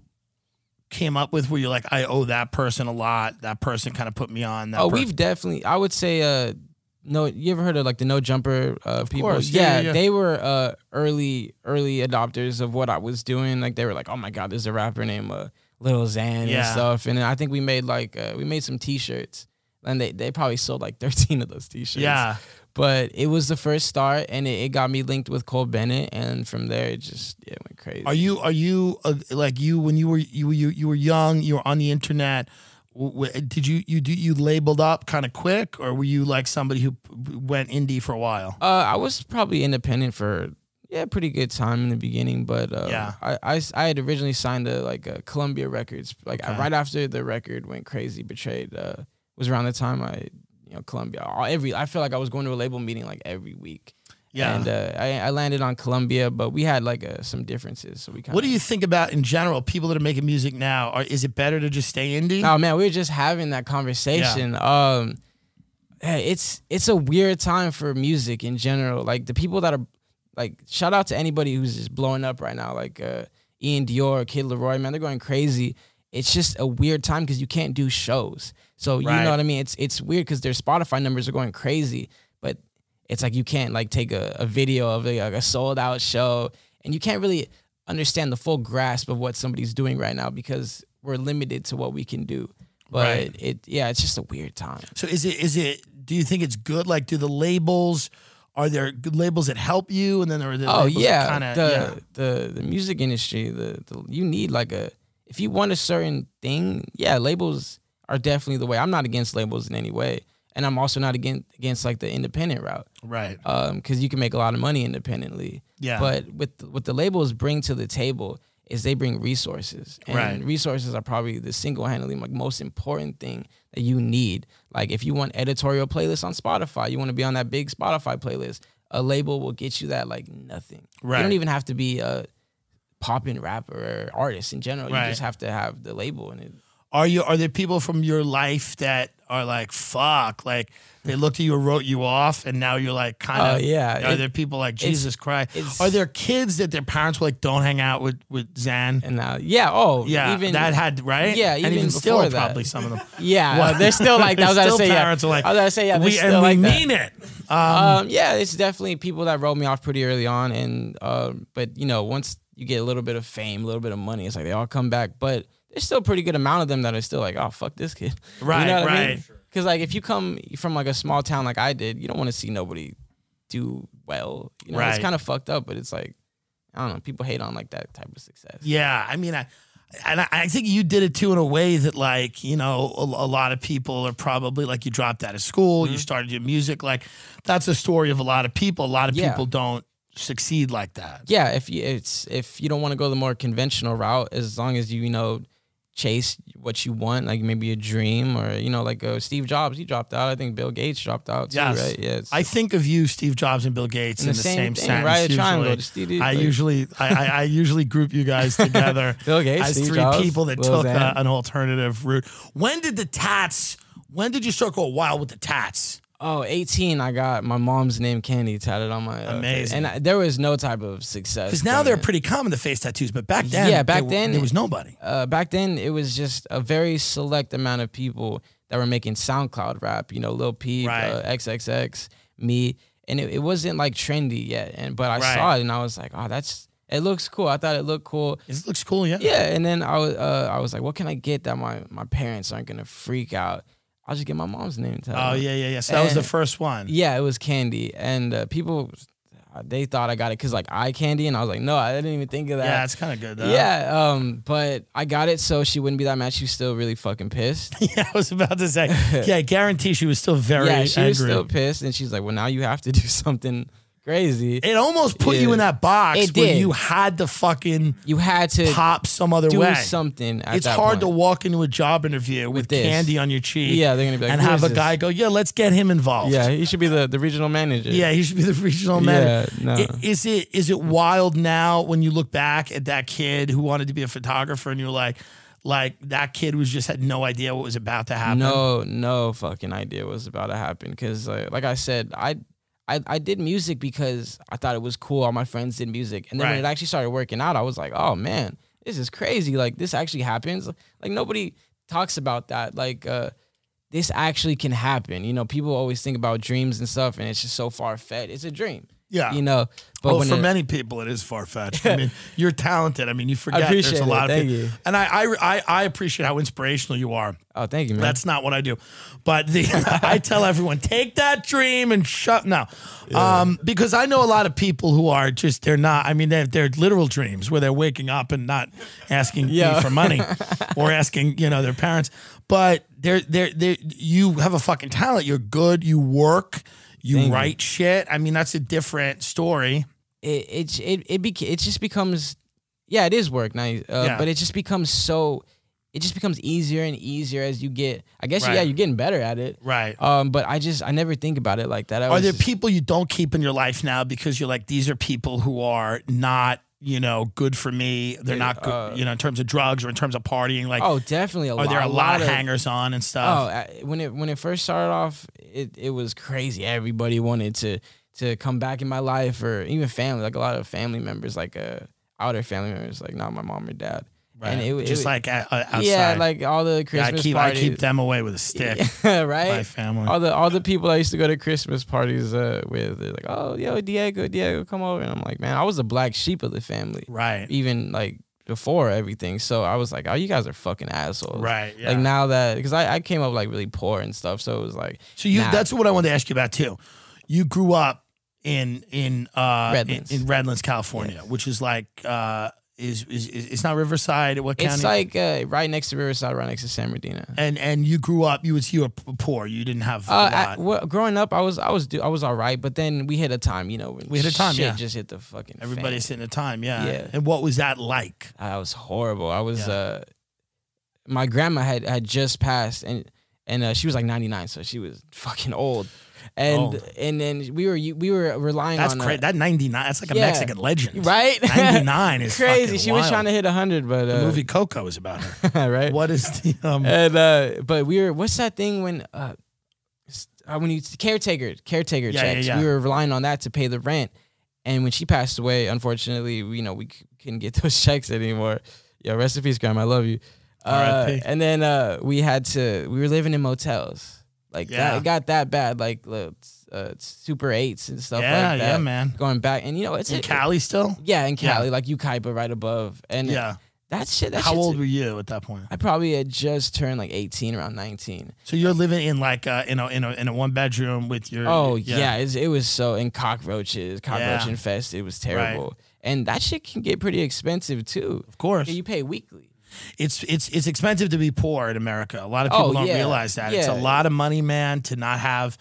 Speaker 1: came up with where you're like, "I owe that person a lot. That person kind of put me on." That
Speaker 2: oh,
Speaker 1: per-
Speaker 2: we've definitely. I would say uh, no. You ever heard of like the no jumper uh, people?
Speaker 1: course, yeah, yeah, yeah.
Speaker 2: they were uh early early adopters of what I was doing. Like they were like, oh my god, there's a rapper named uh, Little Xan and
Speaker 1: Yeah.
Speaker 2: stuff. And then I think we made like uh, we made some T-shirts, and they they probably sold like [LAUGHS] 13 of those T-shirts.
Speaker 1: Yeah.
Speaker 2: but it was the first start and it, it got me linked with Cole Bennett and from there it just yeah, it went crazy.
Speaker 1: Are you are you uh, like you when you were you were- you you were young you were on the internet? W- w- Did you you do you labeled up kind of quick, or were you like somebody who p- went indie for a while?
Speaker 2: uh I was probably independent for yeah, a pretty good time in the beginning, but uh,
Speaker 1: Yeah.
Speaker 2: I, I s- I had originally signed to like uh, Columbia Records like
Speaker 1: Okay.
Speaker 2: right after the record went crazy betrayed uh was around the time I you know Columbia all- every I feel like I was going to a label meeting like every week.
Speaker 1: Yeah.
Speaker 2: And uh, I, I landed on Columbia, but we had like uh, some differences. So we kind
Speaker 1: what do you think about in general people that are making music now? Are, is it better to just stay indie?
Speaker 2: Oh man, we were just having that conversation. Um, hey, it's it's a weird time for music in general. Like the people that are like, shout out to anybody who's just blowing up right now. Like uh, Ian Dior, Kid Leroy, man, they're going crazy. It's just a weird time because you can't do shows. So you
Speaker 1: Right.
Speaker 2: know what I mean. It's it's weird because their Spotify numbers are going crazy, but it's like you can't like take a, a video of a, like a sold out show and you can't really understand the full grasp of what somebody's doing right now because we're limited to what we can do but
Speaker 1: Right.
Speaker 2: it yeah it's just a weird time
Speaker 1: So is it is it do you think it's good? Like, do the labels are there good labels that help you, and then there are the
Speaker 2: oh
Speaker 1: labels
Speaker 2: yeah,
Speaker 1: kind of
Speaker 2: the, the the music industry the, the you need like a if you want a certain thing yeah labels are definitely the way i'm not against labels in any way and i'm also not against against like the independent route
Speaker 1: right,
Speaker 2: um because you can make a lot of money independently
Speaker 1: yeah,
Speaker 2: but with what the labels bring to the table is they bring resources and
Speaker 1: Right.
Speaker 2: resources are probably the single-handedly like most important thing that you need like if you want editorial playlists on spotify you want to be on that big spotify playlist a label will get you that like nothing you
Speaker 1: Right.
Speaker 2: don't even have to be a poppin' rapper or artist in general
Speaker 1: Right.
Speaker 2: you just have to have the label and it
Speaker 1: are you are there people from your life that are like fuck, like they looked at you and wrote you off, and now you're like kind
Speaker 2: oh
Speaker 1: of
Speaker 2: yeah
Speaker 1: Are
Speaker 2: it-
Speaker 1: there people like Jesus Christ?
Speaker 2: it's-
Speaker 1: Are there kids that their parents were like, "Don't hang out with with Zan"?
Speaker 2: and now yeah oh
Speaker 1: Yeah,
Speaker 2: even
Speaker 1: that had right.
Speaker 2: yeah,
Speaker 1: and
Speaker 2: even
Speaker 1: even still,
Speaker 2: before that.
Speaker 1: probably some of them. [LAUGHS]
Speaker 2: yeah
Speaker 1: What?
Speaker 2: they're still like that was
Speaker 1: There's
Speaker 2: gonna
Speaker 1: still
Speaker 2: say yeah
Speaker 1: parents are like,
Speaker 2: I was gonna say [LAUGHS] yeah they're
Speaker 1: we
Speaker 2: still
Speaker 1: and we
Speaker 2: like that.
Speaker 1: mean it. Um,
Speaker 2: Um, yeah, it's definitely people that wrote me off pretty early on, and um, but you know, once you get a little bit of fame, a little bit of money, it's like they all come back. But there's still a pretty good amount of them that are still like, oh fuck this kid, [LAUGHS]
Speaker 1: Right,
Speaker 2: you know what I
Speaker 1: right.
Speaker 2: mean? Because like if you come from like a small town like I did, you don't want to see nobody do well. You know,
Speaker 1: Right.
Speaker 2: it's kind of fucked up, but it's like I don't know, people hate on like that type of success.
Speaker 1: Yeah, I mean, I and I, I think you did it too in a way that like you know a, a lot of people are probably like you dropped out of school,
Speaker 2: Mm-hmm.
Speaker 1: you started your music. Like that's a story of a lot of people. A lot of
Speaker 2: Yeah.
Speaker 1: people don't succeed like that.
Speaker 2: yeah if you it's if you don't want to go the more conventional route as long as you you know chase what you want like maybe a dream or you know like uh, steve jobs he dropped out i think bill gates dropped out too
Speaker 1: Yes.
Speaker 2: right yeah it's
Speaker 1: I think of you, Steve Jobs, and Bill Gates in the, same,
Speaker 2: thing,
Speaker 1: sentence.
Speaker 2: right a
Speaker 1: usually.
Speaker 2: triangle just do- do-
Speaker 1: I
Speaker 2: like,
Speaker 1: usually I, I, I usually group you
Speaker 2: [LAUGHS]
Speaker 1: guys together
Speaker 2: Bill Gates,
Speaker 1: as
Speaker 2: Steve
Speaker 1: three
Speaker 2: Jobs,
Speaker 1: people that
Speaker 2: Lil
Speaker 1: took
Speaker 2: Xan.
Speaker 1: uh, an alternative route. When did the tats? When did you start going wild with the tats?
Speaker 2: oh 18 i got my mom's name candy tatted on my uh,
Speaker 1: Amazing.
Speaker 2: and I, there was no type of success
Speaker 1: Because now
Speaker 2: from
Speaker 1: they're
Speaker 2: it.
Speaker 1: pretty common, the face tattoos. But back then,
Speaker 2: Yeah, back
Speaker 1: they were-
Speaker 2: then-
Speaker 1: there was nobody.
Speaker 2: uh, back then it was just a very select amount of people that were making SoundCloud rap. You know, Lil Peep,
Speaker 1: Right.
Speaker 2: uh, XXX, me, and it, it wasn't like trendy yet. And but I
Speaker 1: Right.
Speaker 2: saw it and I was like, oh, that's it looks cool. I thought it looked cool.
Speaker 1: This looks cool, yeah.
Speaker 2: Yeah, and then I was uh, I was like, what can I get that my my parents aren't gonna freak out? I'll just get my mom's name tag.
Speaker 1: Oh yeah, yeah, yeah. So that was the
Speaker 2: And-
Speaker 1: first one.
Speaker 2: Yeah, it was candy, and uh, people they thought I got it because like eye candy, and I was like, no, I didn't even think of that.
Speaker 1: Yeah, it's kind of good though.
Speaker 2: Yeah, um, but I got it so she wouldn't be that mad. She was still really fucking pissed.
Speaker 1: [LAUGHS] [LAUGHS] yeah. I was about to
Speaker 2: [LAUGHS]
Speaker 1: say. Yeah, I guarantee she was still very
Speaker 2: yeah, she
Speaker 1: angry.
Speaker 2: was still pissed, and she's like, "Well, now you have to do [LAUGHS] something crazy.
Speaker 1: it almost put you
Speaker 2: Yeah.
Speaker 1: in that box
Speaker 2: It
Speaker 1: where
Speaker 2: did.
Speaker 1: you had to fucking
Speaker 2: You had to
Speaker 1: pop some other
Speaker 2: do
Speaker 1: way.
Speaker 2: something." At
Speaker 1: it's
Speaker 2: that
Speaker 1: hard to
Speaker 2: point.
Speaker 1: walk into a job interview with,
Speaker 2: this.
Speaker 1: candy on your cheek.
Speaker 2: Yeah, they're gonna be like,
Speaker 1: and
Speaker 2: "Who
Speaker 1: have
Speaker 2: is
Speaker 1: a
Speaker 2: this?"
Speaker 1: guy go, yeah, let's get him involved.
Speaker 2: Yeah, he should be the, the regional manager.
Speaker 1: Yeah, he should be the regional manager.
Speaker 2: Yeah, no.
Speaker 1: I- Is it is it wild now when you look back at that kid who wanted to be a photographer and you're like, like that kid was just had no idea what was about to happen.
Speaker 2: No, no fucking idea what was about to happen. Because like, like I said, I, I I did music because I thought it was cool. All my friends did music, and then when
Speaker 1: Right.
Speaker 2: it actually started working out, I was like, oh man, this is crazy. Like this actually happens. Like nobody talks about that. Like uh, this actually can happen. You know, people always think about dreams and stuff, and it's just so far fetched. It's a dream.
Speaker 1: Yeah.
Speaker 2: You know, but
Speaker 1: well,
Speaker 2: when
Speaker 1: for
Speaker 2: it-
Speaker 1: many people, it is far fetched.
Speaker 2: [LAUGHS]
Speaker 1: I mean, you're talented. I mean, you forget there's
Speaker 2: appreciate
Speaker 1: a
Speaker 2: it.
Speaker 1: lot of
Speaker 2: Thank
Speaker 1: people,
Speaker 2: you.
Speaker 1: and I, I, I, I appreciate how inspirational you are.
Speaker 2: oh, thank you, man.
Speaker 1: That's not what I do. But the [LAUGHS] I tell everyone, take that dream and shut now. Um, because I know a lot of people who are just they're not I mean they're they're literal dreams where they're waking up and not asking me
Speaker 2: Yeah.
Speaker 1: for money or asking, you know, their parents. But they're they're they you have a fucking talent. You're good, you work, you
Speaker 2: Thank you.
Speaker 1: write shit. I mean, that's a different story.
Speaker 2: it it it it, bec- it just becomes yeah it is work now uh,
Speaker 1: Yeah.
Speaker 2: but it just becomes so it just becomes easier and easier as you get i guess yeah
Speaker 1: Right.
Speaker 2: you're getting better at it
Speaker 1: Right.
Speaker 2: um but i just i never think about it like that I
Speaker 1: Are
Speaker 2: was
Speaker 1: there
Speaker 2: just-
Speaker 1: people you don't keep in your life now because you're like these are people who are not you know good for me? They're not good,
Speaker 2: Uh,
Speaker 1: you know, in terms of drugs or in terms of partying. Like,
Speaker 2: oh definitely a
Speaker 1: are
Speaker 2: lot
Speaker 1: there a lot, of
Speaker 2: of
Speaker 1: hangers on and
Speaker 2: Oh,
Speaker 1: stuff?
Speaker 2: I, when it when it first started off, it, it was crazy. Everybody wanted to to come back in my life, or even family. Like a lot of family members, like uh, outer family members, like not my mom or dad.
Speaker 1: right.
Speaker 2: Oh, And it,
Speaker 1: just
Speaker 2: it,
Speaker 1: like a- a- outside.
Speaker 2: yeah, like all the
Speaker 1: I
Speaker 2: Christmas
Speaker 1: keep
Speaker 2: parties.
Speaker 1: I keep them away with a stick.
Speaker 2: Yeah, [LAUGHS] right.
Speaker 1: My family.
Speaker 2: all the all the people I used to go to Christmas parties uh, with, they're like, "Oh, yo, Diego, Diego, come over," and I'm like, "Man, I was the black sheep of the family."
Speaker 1: right.
Speaker 2: Even like before everything. So I was like, oh, you guys are fucking assholes.
Speaker 1: Right, yeah.
Speaker 2: Like now that, because I, I came up like really poor and stuff. So it was like,
Speaker 1: So you
Speaker 2: nah.
Speaker 1: that's what I wanted to ask you about too. You grew up in in uh
Speaker 2: Redlands.
Speaker 1: In, in Redlands, California, which is like uh is, is is it's not Riverside. What county?
Speaker 2: It's like uh, right next to Riverside, right next to San Bernardino.
Speaker 1: and and you grew up. You was you were p- poor. You didn't have a
Speaker 2: Uh, I,
Speaker 1: lot.
Speaker 2: well, growing up, I was I was do I was all right, but then we hit a time, you know, when
Speaker 1: We hit a time,
Speaker 2: shit
Speaker 1: yeah.
Speaker 2: just hit the fucking.
Speaker 1: Everybody's
Speaker 2: fan.
Speaker 1: hitting the time. Yeah.
Speaker 2: Yeah.
Speaker 1: And what was that like?
Speaker 2: I was horrible. I was
Speaker 1: Yeah.
Speaker 2: uh, my grandma had had just passed, and and uh, she was like ninety nine, so she was fucking old, and
Speaker 1: Old.
Speaker 2: and then we were we were relying
Speaker 1: That's
Speaker 2: on uh,
Speaker 1: crazy. That ninety nine. That's like a
Speaker 2: Yeah.
Speaker 1: Mexican legend. [LAUGHS]
Speaker 2: right [LAUGHS]
Speaker 1: Ninety nine is
Speaker 2: crazy. She was trying to
Speaker 1: To,
Speaker 2: hit hundred, but uh,
Speaker 1: the movie Coco is
Speaker 2: [LAUGHS]
Speaker 1: about her.
Speaker 2: right?
Speaker 1: what is the um?
Speaker 2: And uh, but we were what's that thing when uh, s- uh, when you caretaker caretaker
Speaker 1: Yeah, yeah,
Speaker 2: checks
Speaker 1: yeah.
Speaker 2: we were relying on that to pay the rent, and when she passed away, unfortunately, we- you know we c- couldn't get [LAUGHS] those checks anymore. Yeah, rest in peace, Grandma. I love you. Uh,
Speaker 1: R.I.P..
Speaker 2: and then uh, we had to we were living in motels like
Speaker 1: Yeah.
Speaker 2: that, it got that bad like uh, uh, super eights and stuff
Speaker 1: yeah,
Speaker 2: like that.
Speaker 1: yeah, man.
Speaker 2: Going back and you know it's
Speaker 1: In
Speaker 2: it-
Speaker 1: Cali still?
Speaker 2: Yeah, in
Speaker 1: Yeah.
Speaker 2: Cali, like Ukaipa right above, and yeah,
Speaker 1: Yeah.
Speaker 2: that shit. That
Speaker 1: How
Speaker 2: shit's-
Speaker 1: old were you at that point?
Speaker 2: I probably had just turned like 18, around 19.
Speaker 1: So you're living in like uh, in a in a in a one bedroom with your
Speaker 2: Oh yeah, it's, it was so and cockroaches, cockroach
Speaker 1: Yeah.
Speaker 2: infested. It was terrible, and that shit can get pretty expensive too.
Speaker 1: of course.
Speaker 2: Yeah, you pay weekly.
Speaker 1: It's it's it's expensive to be poor in America. A lot of people
Speaker 2: Oh,
Speaker 1: don't
Speaker 2: yeah.
Speaker 1: realize that it's a
Speaker 2: Yeah.
Speaker 1: lot of money, man, to not have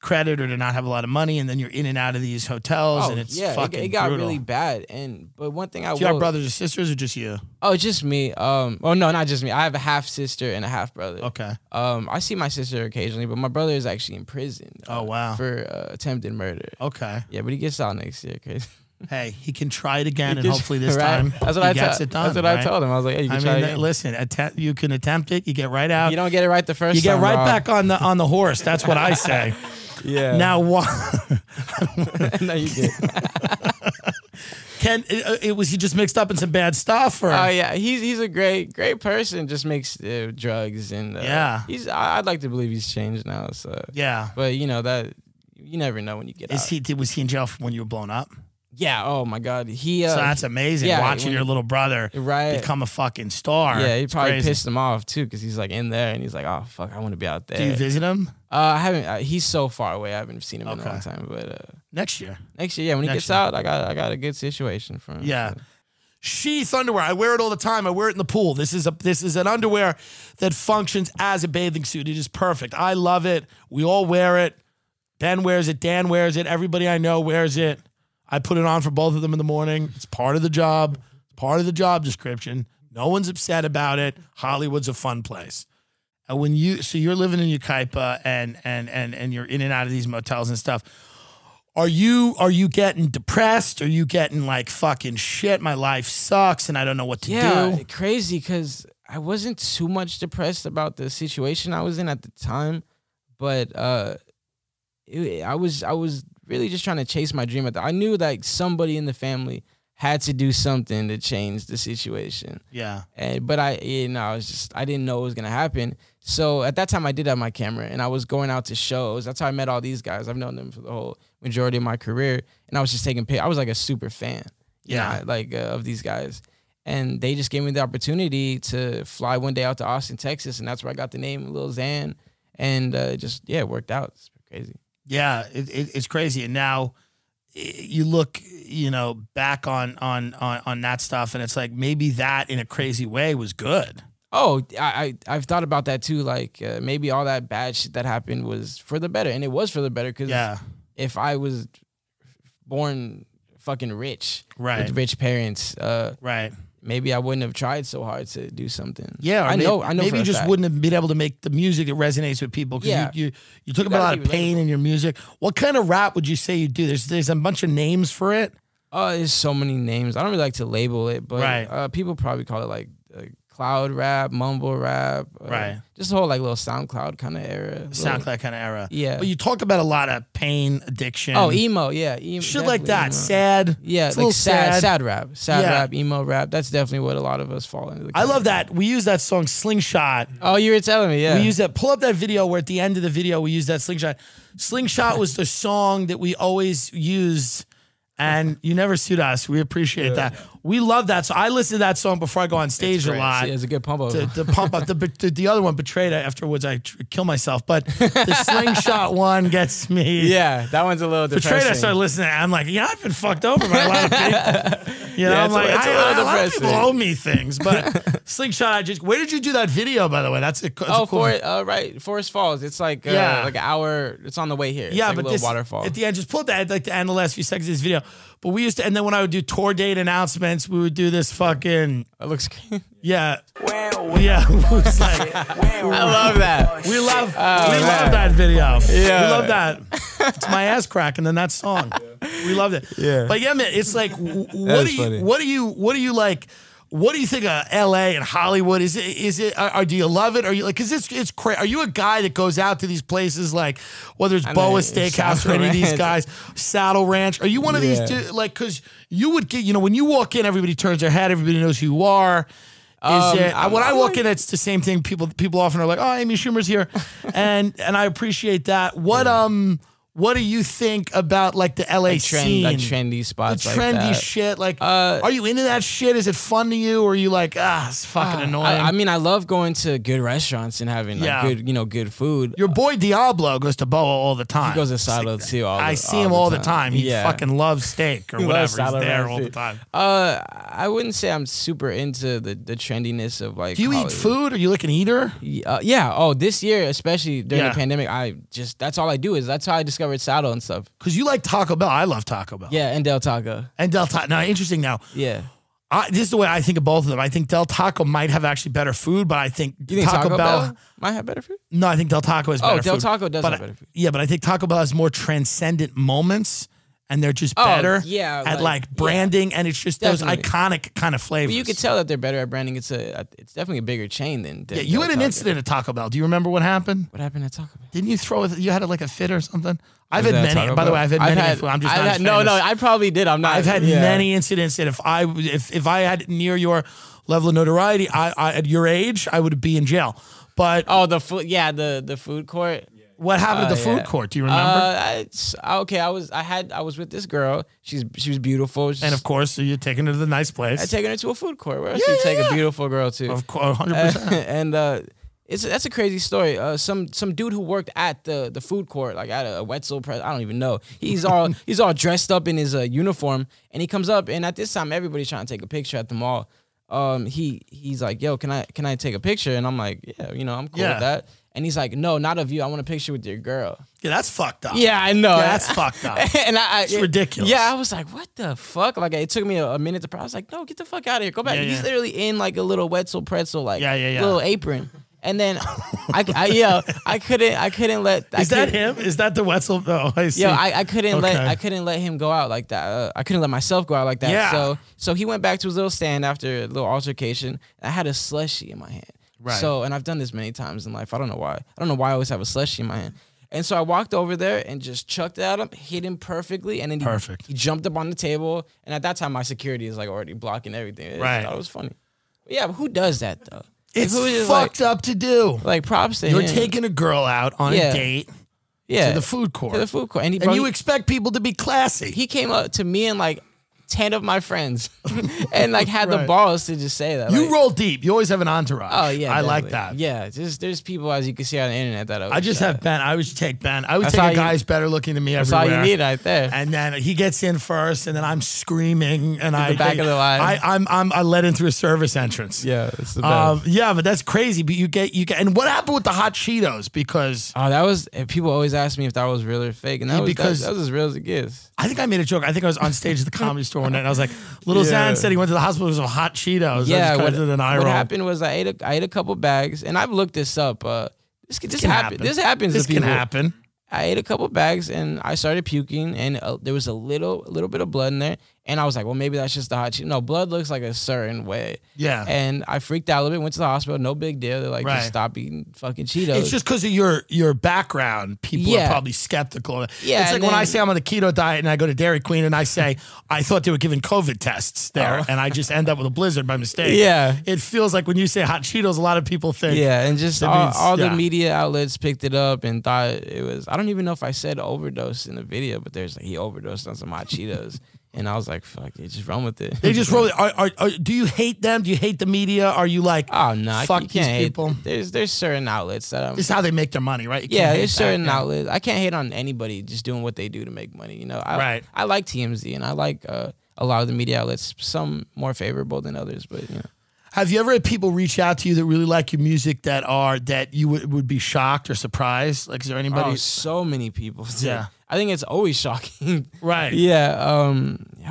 Speaker 1: credit or to not have a lot of money, and then you're in and out of these hotels,
Speaker 2: Oh
Speaker 1: and it's
Speaker 2: yeah, it,
Speaker 1: fucking
Speaker 2: it got
Speaker 1: brutal.
Speaker 2: really bad. And but one thing I
Speaker 1: Do you have
Speaker 2: will-
Speaker 1: brothers or sisters or just you?
Speaker 2: oh just me. Um, oh no, not just me. I have a half sister and a half brother.
Speaker 1: Okay.
Speaker 2: Um, I see my sister occasionally, but my brother is actually in prison.
Speaker 1: Oh, wow. Oh.
Speaker 2: for uh, attempted murder.
Speaker 1: Okay.
Speaker 2: Yeah, but he gets out next year. Crazy.
Speaker 1: Hey, he can try it again,
Speaker 2: [LAUGHS]
Speaker 1: and
Speaker 2: He gets-
Speaker 1: hopefully this
Speaker 2: right?
Speaker 1: time
Speaker 2: That's what
Speaker 1: he
Speaker 2: I
Speaker 1: gets
Speaker 2: tell-
Speaker 1: it done.
Speaker 2: That's what I
Speaker 1: right?
Speaker 2: told him. I was like, hey, you
Speaker 1: I
Speaker 2: can
Speaker 1: mean,
Speaker 2: try
Speaker 1: that-
Speaker 2: again.
Speaker 1: listen, attempt, you can attempt it. You get right out.
Speaker 2: you don't get it right the first
Speaker 1: you get
Speaker 2: time,
Speaker 1: right
Speaker 2: Rob.
Speaker 1: back on the on the horse. That's what I
Speaker 2: [LAUGHS]
Speaker 1: say.
Speaker 2: Yeah.
Speaker 1: [LAUGHS] Now, why?
Speaker 2: [LAUGHS] no, you did.
Speaker 1: Can it, uh, it was he just mixed up in some bad stuff or
Speaker 2: [LAUGHS] Oh yeah, he's he's a great great person. Just makes uh, drugs and uh,
Speaker 1: Yeah.
Speaker 2: He's I, I'd like to believe he's changed now. So,
Speaker 1: yeah?
Speaker 2: but you know that you never know when you get
Speaker 1: Is
Speaker 2: out.
Speaker 1: he did, was he in jail from when you were blown up?
Speaker 2: yeah. Oh my God. He. Uh,
Speaker 1: so that's amazing
Speaker 2: yeah,
Speaker 1: watching
Speaker 2: when-
Speaker 1: your little brother
Speaker 2: right.
Speaker 1: become a fucking star.
Speaker 2: yeah, he
Speaker 1: It's
Speaker 2: probably
Speaker 1: crazy.
Speaker 2: pissed him off too, because he's like in there and he's like, "Oh fuck, I want to be out
Speaker 1: Do you
Speaker 2: there."
Speaker 1: visit him
Speaker 2: uh, I haven't. Uh, he's so far away. I haven't seen him in a
Speaker 1: Okay.
Speaker 2: long time. But uh,
Speaker 1: next year?
Speaker 2: next year, yeah, when he
Speaker 1: Next
Speaker 2: gets
Speaker 1: year.
Speaker 2: out, I got I got a good situation for him.
Speaker 1: Yeah.
Speaker 2: so.
Speaker 1: Sheath underwear. I wear it all the time. I wear it in the pool. This is a this is an underwear that functions as a bathing suit. It is perfect. I love it. We all wear it. Ben wears it. Dan wears it. Everybody I know wears it. I put it on for both of them in the morning. It's part of the job. It's part of the job description. No one's upset about it. Hollywood's a fun place. And when you so you're living in Ukaipa and and and and you're in and out of these motels and stuff. Are you are you getting depressed? Are you getting like fucking shit? My life sucks and I don't know what to
Speaker 2: yeah,
Speaker 1: do.
Speaker 2: crazy because I wasn't too much depressed about the situation I was in at the time, but uh, it, I was I was really just trying to chase my dream. At the, I knew like somebody in the family had to do something to change the situation,
Speaker 1: Yeah.
Speaker 2: and but I you know I was just I didn't know it was gonna happen. So at that time I did have my camera and I was going out to shows. That's how I met all these guys. I've known them for the whole majority of my career, and I was just taking pic. I was like a super fan
Speaker 1: Yeah.
Speaker 2: yeah, like uh, of these guys. And they just gave me the opportunity to fly one day out to Austin, Texas, and that's where I got the name Lil Xan. And uh, it just yeah, it worked out. It's crazy.
Speaker 1: Yeah, it, it, it's crazy. And now i- you look, you know, back on, on on on that stuff and it's like maybe that in a crazy way was good.
Speaker 2: Oh, I, I I've thought about that too. Like uh, maybe all that bad shit that happened was for the better, and it was for the better because
Speaker 1: Yeah.
Speaker 2: if I was born fucking rich
Speaker 1: Right.
Speaker 2: with rich parents, uh,
Speaker 1: Right.
Speaker 2: maybe I wouldn't have tried so hard to do something.
Speaker 1: Yeah, or
Speaker 2: I
Speaker 1: may-
Speaker 2: know. I know.
Speaker 1: Maybe
Speaker 2: for
Speaker 1: you
Speaker 2: a
Speaker 1: just
Speaker 2: fact.
Speaker 1: wouldn't have been able to make the music that resonates with people. 'cause
Speaker 2: Yeah.
Speaker 1: you, you you talk
Speaker 2: You
Speaker 1: about a
Speaker 2: gotta
Speaker 1: lot of
Speaker 2: be
Speaker 1: pain in your music. What kind of rap would you say you do? There's there's a bunch of names for it.
Speaker 2: Oh, there's so many names. I don't really like to label it, but
Speaker 1: Right.
Speaker 2: uh, people probably call it like uh, cloud rap, mumble rap, uh,
Speaker 1: Right.
Speaker 2: Just the whole like little SoundCloud kind of era. Little-
Speaker 1: SoundCloud kind of era.
Speaker 2: yeah.
Speaker 1: But you talked about a lot of pain, addiction.
Speaker 2: oh, emo, yeah, emo,
Speaker 1: shit like
Speaker 2: definitely
Speaker 1: that.
Speaker 2: emo.
Speaker 1: Sad.
Speaker 2: yeah,
Speaker 1: It's a little
Speaker 2: like sad,
Speaker 1: sad.
Speaker 2: sad, rap, sad
Speaker 1: Yeah.
Speaker 2: rap, emo rap. That's definitely what a lot of us fall into.
Speaker 1: I love that. We use that song Slingshot.
Speaker 2: Oh, you were telling me, yeah.
Speaker 1: We use that. Pull up that video where at the end of the video we use that slingshot. Slingshot was the song that we always used And you never sued us. We appreciate that. We love that. So I listen to that song before I go on stage a
Speaker 2: Great.
Speaker 1: lot
Speaker 2: See, it's a good pump up.
Speaker 1: to, to pump up the, the the other one betrayed afterwards I tr- kill myself but
Speaker 2: [LAUGHS]
Speaker 1: the slingshot one gets me
Speaker 2: yeah, that one's a little
Speaker 1: betrayed I
Speaker 2: depressing.
Speaker 1: started listening I'm like yeah I've been fucked over by a lot
Speaker 2: [LAUGHS]
Speaker 1: of people you know
Speaker 2: Yeah,
Speaker 1: I'm
Speaker 2: it's a-
Speaker 1: like
Speaker 2: it's a
Speaker 1: I- I-
Speaker 2: little
Speaker 1: a lot of
Speaker 2: depressing.
Speaker 1: people owe me things but
Speaker 2: [LAUGHS]
Speaker 1: slingshot I just where did you do that video by the way that's a, that's
Speaker 2: oh,
Speaker 1: a cool
Speaker 2: for uh, right, Forest Falls. It's like uh,
Speaker 1: Yeah.
Speaker 2: like an hour. It's on the way here. It's
Speaker 1: yeah,
Speaker 2: like
Speaker 1: but
Speaker 2: a little
Speaker 1: this
Speaker 2: waterfall.
Speaker 1: at the end, just pull up the I'd like to end the last few seconds of this video. But we used to, and then when I would do tour date announcements, we would do this fucking
Speaker 2: it looks.
Speaker 1: yeah, yeah. [LAUGHS] It was like
Speaker 2: [LAUGHS] I love that.
Speaker 1: We love,
Speaker 2: [LAUGHS] Oh,
Speaker 1: we
Speaker 2: man.
Speaker 1: love that video.
Speaker 2: Yeah.
Speaker 1: We love that. It's my ass cracking and that
Speaker 2: [LAUGHS]
Speaker 1: song. We loved it.
Speaker 2: Yeah.
Speaker 1: But yeah, man, it's like, w- what
Speaker 2: [LAUGHS] That
Speaker 1: do
Speaker 2: is
Speaker 1: you,
Speaker 2: funny.
Speaker 1: what do you, what do you like? What do you think of L.A. and Hollywood? Is it, is it, are, are- do you love it? Are you like, cause it's, it's crazy. Are you a guy that goes out to these places like, whether it's
Speaker 2: know,
Speaker 1: Boa Steakhouse or
Speaker 2: Saddle
Speaker 1: any of these
Speaker 2: Ranch.
Speaker 1: guys, Saddle Ranch? Are you one of
Speaker 2: Yeah.
Speaker 1: these, dude, like, cause you would get, you know, when you walk in, everybody turns their head, everybody knows who you are. Is
Speaker 2: Um,
Speaker 1: it,
Speaker 2: I'm-
Speaker 1: when I
Speaker 2: I'm
Speaker 1: walk
Speaker 2: like-
Speaker 1: in, it's the same thing. People people often are like, "Oh, Amy Schumer's
Speaker 2: [LAUGHS]
Speaker 1: here," and and I appreciate that. What um, what do you think about like the LA
Speaker 2: Like trend,
Speaker 1: scene,
Speaker 2: like trendy spots,
Speaker 1: the
Speaker 2: like
Speaker 1: trendy
Speaker 2: that.
Speaker 1: shit? Like,
Speaker 2: Uh,
Speaker 1: are you into that shit? Is it fun to you, or are you like, ah, it's fucking annoying?
Speaker 2: I, I mean, I love going to good restaurants and having like
Speaker 1: Yeah.
Speaker 2: good, you know, good food.
Speaker 1: Your boy Diablo goes to Boa all the time.
Speaker 2: He goes to Silo too. All
Speaker 1: I
Speaker 2: the-
Speaker 1: see him all the time. He
Speaker 2: Yeah.
Speaker 1: fucking loves steak or
Speaker 2: [LAUGHS] He
Speaker 1: whatever.
Speaker 2: loves
Speaker 1: He's
Speaker 2: Silo
Speaker 1: there
Speaker 2: Ranch
Speaker 1: all the
Speaker 2: too.
Speaker 1: time.
Speaker 2: Uh, I wouldn't say I'm super into the, the trendiness of like.
Speaker 1: Do you eat
Speaker 2: Hollywood.
Speaker 1: food? Are you like an eater?
Speaker 2: Y- Uh, yeah. Oh, this year, especially during
Speaker 1: Yeah.
Speaker 2: the pandemic, I just that's all I do is that's how I discovered Sado and stuff.
Speaker 1: Because you like Taco Bell. I love Taco Bell.
Speaker 2: Yeah, and Del Taco.
Speaker 1: And Del Taco. Now, interesting now.
Speaker 2: Yeah.
Speaker 1: I, this is the way I think of both of them. I think Del Taco might have actually better food, but I think,
Speaker 2: You think Taco, Bell, might have better food?
Speaker 1: No, I think Del Taco is
Speaker 2: Oh,
Speaker 1: better.
Speaker 2: Del
Speaker 1: food.
Speaker 2: Taco does
Speaker 1: But
Speaker 2: have
Speaker 1: I-
Speaker 2: better food.
Speaker 1: Yeah, but I think Taco Bell has more transcendent moments, and they're just
Speaker 2: Oh,
Speaker 1: better
Speaker 2: yeah,
Speaker 1: at
Speaker 2: like-
Speaker 1: like branding, and it's just
Speaker 2: Definitely.
Speaker 1: those iconic kind of flavors.
Speaker 2: But you could tell that they're better at branding. It's a it's definitely a bigger chain than. than
Speaker 1: Yeah, you
Speaker 2: Del
Speaker 1: had an
Speaker 2: Taco.
Speaker 1: incident at Taco Bell. Do you remember what happened?
Speaker 2: What happened at Taco Bell?
Speaker 1: Didn't you throw? it- You had like a fit or something. I've
Speaker 2: Was
Speaker 1: had
Speaker 2: that
Speaker 1: many.
Speaker 2: Taco
Speaker 1: by the
Speaker 2: Bell?
Speaker 1: way, I've had many. I'm just
Speaker 2: I've
Speaker 1: not
Speaker 2: had-
Speaker 1: as
Speaker 2: no, no.
Speaker 1: famous.
Speaker 2: I probably did. I'm not.
Speaker 1: I've had
Speaker 2: yeah.
Speaker 1: many incidents that if I if if I had near your level of notoriety, I, I at your age, I would be in jail. But
Speaker 2: Oh, the food. Yeah, the the food court.
Speaker 1: what happened at
Speaker 2: Oh,
Speaker 1: the food
Speaker 2: yeah.
Speaker 1: court? Do you remember?
Speaker 2: Uh, I, it's- okay, I was I had I was with this girl. She's she was beautiful. She's,
Speaker 1: and of course, so you're taking her to the nice place.
Speaker 2: I taken her to a food court. Where else you
Speaker 1: yeah,
Speaker 2: take
Speaker 1: yeah.
Speaker 2: a beautiful girl to?
Speaker 1: of course, 100. percent
Speaker 2: [LAUGHS] and uh, it's that's a crazy story. Uh, some some dude who worked at the the food court, like at a Wetzel press, I don't even know. He's
Speaker 1: [LAUGHS]
Speaker 2: all he's all dressed up in his uh, uniform, and he comes up, and at this time everybody's trying to take a picture at the mall. Um, he he's like, "Yo, can I can I take a picture?" And I'm like, "Yeah, you know, I'm cool
Speaker 1: Yeah.
Speaker 2: with that." And he's like, "No, not of you. I want a picture with your girl."
Speaker 1: Yeah, that's fucked up.
Speaker 2: uh, Yeah, I know.
Speaker 1: Yeah, that's fucked up.
Speaker 2: [LAUGHS] and I, I
Speaker 1: It's ridiculous.
Speaker 2: Yeah, I was like, what the fuck? Like, it took me a, a minute to. pro- I was like, no, get the fuck out of here. Go back.
Speaker 1: Yeah,
Speaker 2: He's
Speaker 1: yeah.
Speaker 2: literally in like a little Wetzel pretzel, like
Speaker 1: Yeah, yeah, yeah.
Speaker 2: little apron. And then, I, I yeah, I couldn't, I couldn't let. I
Speaker 1: Is that
Speaker 2: couldn't-
Speaker 1: him? Is that the Wetzel? Oh, I see.
Speaker 2: Yo, I, I couldn't let
Speaker 1: Okay.
Speaker 2: I couldn't let him go out like that. Uh, I couldn't let myself go out like that.
Speaker 1: Yeah.
Speaker 2: So so he went back to his little stand after a little altercation. I had a slushie in my hand.
Speaker 1: Right.
Speaker 2: So and I've done this many times in life. I don't know why. I don't know why I always have a slushie in my hand. And so I walked over there and just chucked it at him, hit him perfectly, and then he,
Speaker 1: Perfect.
Speaker 2: he jumped up on the table. And at that time, my security is like already blocking everything. I
Speaker 1: Right.
Speaker 2: thought it was funny. But yeah, but who does that though? Like,
Speaker 1: it's
Speaker 2: who is, like-
Speaker 1: fucked up to do.
Speaker 2: Like, props to
Speaker 1: You're
Speaker 2: him.
Speaker 1: taking a girl out on a
Speaker 2: Yeah.
Speaker 1: date
Speaker 2: yeah
Speaker 1: to the food court,
Speaker 2: to the food court, and he
Speaker 1: and
Speaker 2: brought-
Speaker 1: you expect people to be classy.
Speaker 2: he came up to me and like 10 of my friends [LAUGHS] and like had the
Speaker 1: Right.
Speaker 2: balls to just say that.
Speaker 1: you
Speaker 2: like,
Speaker 1: roll deep. You always have an entourage.
Speaker 2: Oh, yeah.
Speaker 1: I like that.
Speaker 2: definitely. Yeah. Just, there's people, as you can see on the internet, that
Speaker 1: I just have Ben. I would take Ben. I would
Speaker 2: That's
Speaker 1: take
Speaker 2: all
Speaker 1: a
Speaker 2: you-
Speaker 1: guy who's better looking than me
Speaker 2: That's all
Speaker 1: everywhere.
Speaker 2: you need right there.
Speaker 1: And then he gets in first, and then I'm screaming, and I
Speaker 2: back of the line.
Speaker 1: I, I'm I'm I let in through a service entrance.
Speaker 2: yeah. It's the
Speaker 1: Um, yeah, but that's crazy. But you get you get, and what happened with the hot Cheetos? Because
Speaker 2: Oh, that was and people always ask me if that was real or fake, and that
Speaker 1: Yeah,
Speaker 2: was
Speaker 1: because-
Speaker 2: because that, was as real as it gets.
Speaker 1: I think I made a joke. I think I was on stage at the comedy store one night, and I was like, "Little
Speaker 2: Yeah.
Speaker 1: Zan said he went to the hospital because of hot Cheetos." I
Speaker 2: Yeah,
Speaker 1: just
Speaker 2: what,
Speaker 1: kinda did an eye
Speaker 2: what
Speaker 1: roll.
Speaker 2: happened was I ate a I ate a couple bags, and I've looked this up. Uh, this could- this
Speaker 1: Can
Speaker 2: happen.
Speaker 1: happen.
Speaker 2: This happens.
Speaker 1: This
Speaker 2: to
Speaker 1: can
Speaker 2: people.
Speaker 1: happen.
Speaker 2: I ate a couple bags and I started puking and uh, there was a little little bit of blood in there and I was like, well, maybe that's just the hot cheese. No, blood looks like a certain way.
Speaker 1: Yeah.
Speaker 2: And I freaked out a little bit. Went to the hospital. No big deal. They're like,
Speaker 1: Right.
Speaker 2: just stop eating fucking Cheetos.
Speaker 1: It's just because of your your background. People are
Speaker 2: Yeah.
Speaker 1: probably skeptical.
Speaker 2: Yeah,
Speaker 1: it's like
Speaker 2: and
Speaker 1: when I
Speaker 2: then-
Speaker 1: say I'm on a keto diet and I go to Dairy Queen and I say I thought they were giving COVID tests there, and I just end up with a blizzard by mistake.
Speaker 2: Oh. [LAUGHS] Yeah.
Speaker 1: it feels like when you say hot Cheetos, a lot of people think.
Speaker 2: yeah, and just
Speaker 1: That
Speaker 2: all,
Speaker 1: means-
Speaker 2: all
Speaker 1: yeah.
Speaker 2: the media outlets picked it up
Speaker 1: [LAUGHS]
Speaker 2: and thought it was. I don't even know if I said overdose in the video, but there's like he overdosed on some hot Cheetos, And I was like, fuck it, just run with it.
Speaker 1: They just roll. Are, are, are, do you hate them? Do you hate the media? Are you like,
Speaker 2: [LAUGHS] Oh no, I
Speaker 1: fuck
Speaker 2: can't
Speaker 1: these
Speaker 2: hate-
Speaker 1: people?
Speaker 2: There's there's certain outlets that I'm
Speaker 1: This is how they make their money, right? You can't
Speaker 2: yeah,
Speaker 1: hate
Speaker 2: there's
Speaker 1: that,
Speaker 2: certain
Speaker 1: yeah.
Speaker 2: outlets. I can't hate on anybody just doing what they do to make money. You know, I,
Speaker 1: Right.
Speaker 2: I like TMZ and I like uh, a lot of the media outlets. Some more favorable than others, but you
Speaker 1: Oh,
Speaker 2: know,
Speaker 1: Have you ever had people reach out to you that really like your music that are that you would would be shocked or surprised? Like, is there anybody?
Speaker 2: oh, so many people. dude.
Speaker 1: Yeah.
Speaker 2: I think it's always shocking.
Speaker 1: [LAUGHS] right.
Speaker 2: yeah. Um,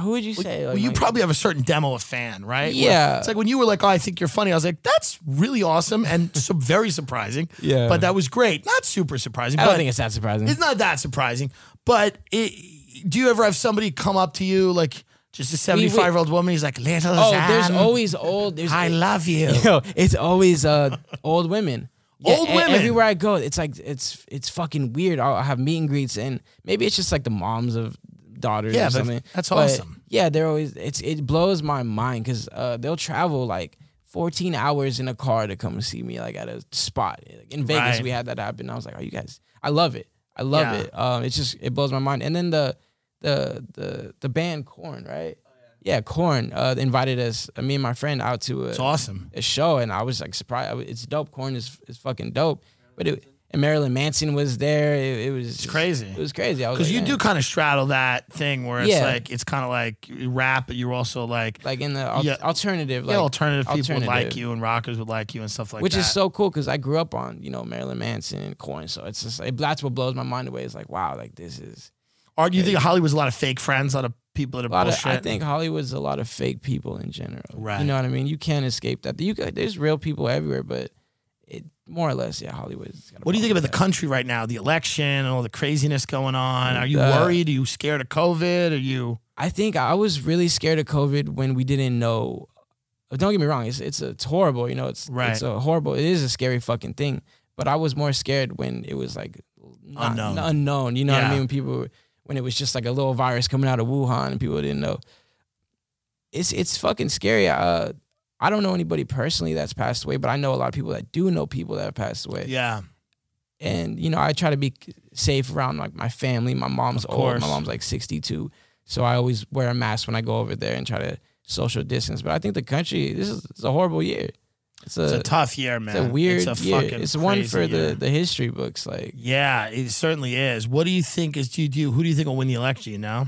Speaker 2: who would you say?
Speaker 1: Well,
Speaker 2: like,
Speaker 1: you
Speaker 2: my-
Speaker 1: probably have a certain demo of fan, right? Where-
Speaker 2: Yeah.
Speaker 1: it's like when you were like, "Oh, I think you're funny." I was like, "That's really awesome and [LAUGHS] so very surprising."
Speaker 2: Yeah.
Speaker 1: But that was great. Not super surprising.
Speaker 2: I
Speaker 1: but
Speaker 2: don't think it's that surprising.
Speaker 1: it's not that surprising. But it, do you ever have somebody come up to you like just a 75 year old woman? He's like, "Little
Speaker 2: oh,
Speaker 1: Zan,
Speaker 2: there's always old. There's
Speaker 1: I love
Speaker 2: [LAUGHS]
Speaker 1: you."
Speaker 2: Yo, it's always uh old women.
Speaker 1: [LAUGHS] Old
Speaker 2: e-
Speaker 1: women.
Speaker 2: Everywhere I go, it's like it's it's fucking weird. I'll, I'll have meet and greets, and maybe it's just like the moms of daughters.
Speaker 1: Yeah,
Speaker 2: or
Speaker 1: but
Speaker 2: something.
Speaker 1: that's awesome.
Speaker 2: Yeah, they're always it's it blows my mind because uh, they'll travel like. 14 hours in a car to come see me like at a spot Like, in Vegas
Speaker 1: Right.
Speaker 2: we had that happen I was like oh you guys I love it I love
Speaker 1: Yeah.
Speaker 2: it um it's just it blows my mind and then the the the the band Corn right
Speaker 1: Oh,
Speaker 2: yeah Corn uh invited us me and my friend out to a,
Speaker 1: It's awesome.
Speaker 2: a show, and I was like surprised. I was- It's dope. Corn is is fucking dope. But it, and Marilyn Manson was there. It, it was just-
Speaker 1: crazy.
Speaker 2: It was crazy. I was
Speaker 1: Because
Speaker 2: like,
Speaker 1: you
Speaker 2: "Dang."
Speaker 1: do kind of straddle that thing where it's
Speaker 2: Yeah.
Speaker 1: like it's kind of like rap, but you're also like,
Speaker 2: like in the al-
Speaker 1: Yeah.
Speaker 2: alternative, like
Speaker 1: yeah, alternative people would like
Speaker 2: alternative.
Speaker 1: you and rockers would like you and stuff like
Speaker 2: which
Speaker 1: that.
Speaker 2: is so cool because I grew up on you know Marilyn Manson and Corn. So it's just it, that's what blows my mind away. It's like wow, like this is
Speaker 1: Or do you think Hollywood's a lot of fake friends, a lot of people that are
Speaker 2: a lot of.
Speaker 1: bullshit?
Speaker 2: I think Hollywood's a lot of fake people in general.
Speaker 1: Right.
Speaker 2: You know what I mean? You can't escape that. You could, there's real people everywhere, but it more or less, yeah, Hollywood's. got a
Speaker 1: What do you think
Speaker 2: problem
Speaker 1: about the
Speaker 2: with
Speaker 1: country right now? The election and all the craziness going on. Are you
Speaker 2: Uh,
Speaker 1: worried? Are you scared of COVID? Are you?
Speaker 2: that. I think I was really scared of COVID when we didn't know don't get me wrong, it's it's it's horrible, you know, it's
Speaker 1: Right.
Speaker 2: it's a horrible. It is a scary fucking thing. But I was more scared when it was like not,
Speaker 1: Unknown.
Speaker 2: unknown, you know what
Speaker 1: Yeah.
Speaker 2: I mean? When people were- when it was just like a little virus coming out of Wuhan and people didn't know. It's it's fucking scary. Uh I don't know anybody personally that's passed away, but I know a lot of people that do know people that have passed away.
Speaker 1: Yeah,
Speaker 2: And you know, I try to be safe around like my family. My mom's
Speaker 1: Of
Speaker 2: old.
Speaker 1: course.
Speaker 2: My mom's like 62. So I always wear a mask when I go over there and try to social distance. But I think the country, this is it's a horrible year. It's a,
Speaker 1: it's
Speaker 2: it's
Speaker 1: a tough year,
Speaker 2: a
Speaker 1: man.
Speaker 2: weird
Speaker 1: It's a
Speaker 2: year.
Speaker 1: fucking.
Speaker 2: It's one
Speaker 1: crazy
Speaker 2: for
Speaker 1: year.
Speaker 2: the, the history books. Like,
Speaker 1: Yeah, it certainly is. What do you think is? Do you, do you- who do you think will win the election? You know,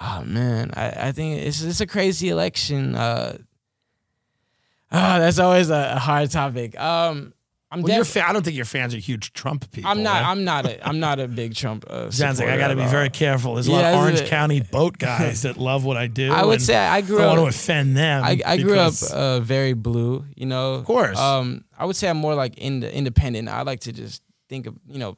Speaker 2: oh man, I, I think it's it's a crazy election. Uh, ah, that's always a, a hard topic. Um, I'm
Speaker 1: well, your
Speaker 2: def-
Speaker 1: fa- I don't think your fans are huge Trump people.
Speaker 2: I'm not.
Speaker 1: right?
Speaker 2: I'm not. A,
Speaker 1: [LAUGHS]
Speaker 2: I'm not a big Trump. Uh,
Speaker 1: Sounds like I
Speaker 2: supporter
Speaker 1: got to
Speaker 2: at
Speaker 1: be
Speaker 2: all.
Speaker 1: very careful. There's a lot
Speaker 2: Yeah,
Speaker 1: of
Speaker 2: that's
Speaker 1: Orange
Speaker 2: it.
Speaker 1: County
Speaker 2: [LAUGHS]
Speaker 1: boat guys that love what I do.
Speaker 2: I would
Speaker 1: and
Speaker 2: say I
Speaker 1: I
Speaker 2: grew
Speaker 1: don't want
Speaker 2: up.
Speaker 1: to offend them.
Speaker 2: I, I grew up
Speaker 1: because-
Speaker 2: uh, very blue, you know. Of
Speaker 1: course.
Speaker 2: Um, I would say I'm more like in independent. I like to just think of you know,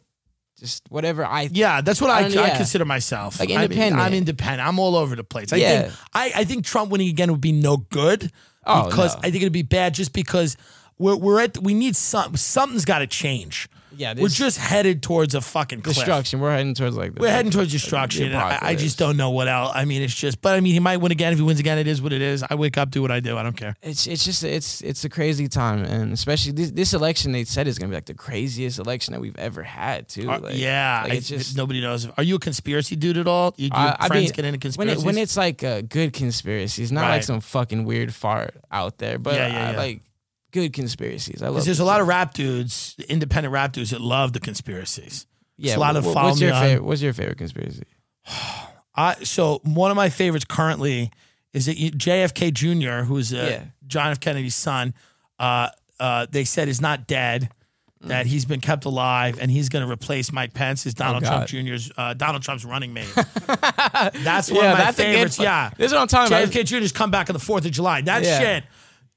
Speaker 2: just whatever I.
Speaker 1: Yeah, that's what
Speaker 2: I
Speaker 1: I,
Speaker 2: don't-
Speaker 1: I
Speaker 2: yeah.
Speaker 1: consider myself.
Speaker 2: Like
Speaker 1: I mean,
Speaker 2: independent.
Speaker 1: I'm independent. I'm all over the place. I
Speaker 2: Yeah.
Speaker 1: think I, I think Trump winning again would be no good
Speaker 2: Oh,
Speaker 1: because
Speaker 2: no.
Speaker 1: I think it'd be bad just because we're we're at we need some something's got to change.
Speaker 2: Yeah,
Speaker 1: we're
Speaker 2: this-
Speaker 1: just headed towards a fucking cliff.
Speaker 2: Destruction. We're heading towards like. The,
Speaker 1: We're heading towards destruction. and I, I just don't know what else. I mean, it's just. But I mean, he might win again. If he wins again, it is what it is. I wake up, do what I do. I don't care.
Speaker 2: It's it's just it's it's a crazy time, and especially this, this election they said is gonna be like the craziest election that we've ever had too.
Speaker 1: Uh,
Speaker 2: Like,
Speaker 1: yeah,
Speaker 2: like
Speaker 1: I-
Speaker 2: it's just.
Speaker 1: nobody knows. Are you a conspiracy dude at all? You, do your
Speaker 2: I- I
Speaker 1: friends
Speaker 2: mean,
Speaker 1: get into
Speaker 2: when,
Speaker 1: conspiracies?
Speaker 2: it, when it's like uh, good conspiracies, not
Speaker 1: Right.
Speaker 2: like some fucking weird fart out there, but
Speaker 1: Yeah, yeah,
Speaker 2: I
Speaker 1: yeah.
Speaker 2: like good conspiracies. I love.
Speaker 1: 'Cause there's a lot of rap dudes, independent rap dudes that love the conspiracies.
Speaker 2: Yeah,
Speaker 1: a lot
Speaker 2: wh-
Speaker 1: of
Speaker 2: wh-
Speaker 1: follow
Speaker 2: what's
Speaker 1: me
Speaker 2: your
Speaker 1: on-
Speaker 2: favorite? What's your favorite conspiracy?
Speaker 1: I so one of my favorites currently is that you- JFK Jr., who is uh,
Speaker 2: Yeah.
Speaker 1: John F. Kennedy's son, uh, uh, they said is not dead,
Speaker 2: Mm.
Speaker 1: that he's been kept alive, and he's going to replace Mike Pence as Donald Trump
Speaker 2: Oh, God.
Speaker 1: Jr.'s uh, Donald Trump's running
Speaker 2: [LAUGHS]
Speaker 1: mate. that's one of my
Speaker 2: a good
Speaker 1: favorites.
Speaker 2: fu-
Speaker 1: yeah,
Speaker 2: This is what I'm talking about.
Speaker 1: JFK Jr.'s come back on the Fourth of July. That
Speaker 2: Yeah.
Speaker 1: shit.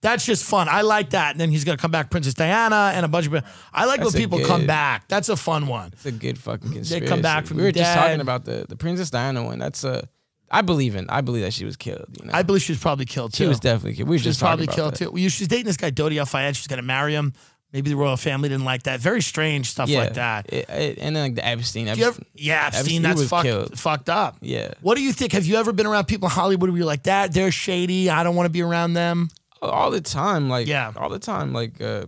Speaker 1: That's just fun. I like that. And then he's gonna come back, Princess Diana, and a bunch of. I like
Speaker 2: That's
Speaker 1: when
Speaker 2: a
Speaker 1: people come
Speaker 2: good-
Speaker 1: back. That's a fun one.
Speaker 2: It's a good fucking conspiracy.
Speaker 1: back from
Speaker 2: We were just talking
Speaker 1: dead.
Speaker 2: about the the Princess Diana one. That's a. I believe in. I believe that she was killed. You know,
Speaker 1: I believe she was probably killed too.
Speaker 2: she was definitely killed. We were
Speaker 1: She was
Speaker 2: just
Speaker 1: probably
Speaker 2: talking
Speaker 1: killed
Speaker 2: about that.
Speaker 1: too. Well, she's dating this guy Dodi Al Fayed. She's gonna marry him. Maybe the royal family didn't like that. Very strange stuff
Speaker 2: Yeah,
Speaker 1: like that.
Speaker 2: It- it- and then like the Epstein.
Speaker 1: Do you ever,
Speaker 2: Epstein-
Speaker 1: yeah, Epstein,
Speaker 2: Epstein
Speaker 1: that's
Speaker 2: was
Speaker 1: fucked,
Speaker 2: killed.
Speaker 1: fucked up.
Speaker 2: Yeah.
Speaker 1: What do you think? Have you ever been around people in Hollywood where you're like that? They're shady. I don't want to be around them.
Speaker 2: all the time like
Speaker 1: Yeah.
Speaker 2: all the time like uh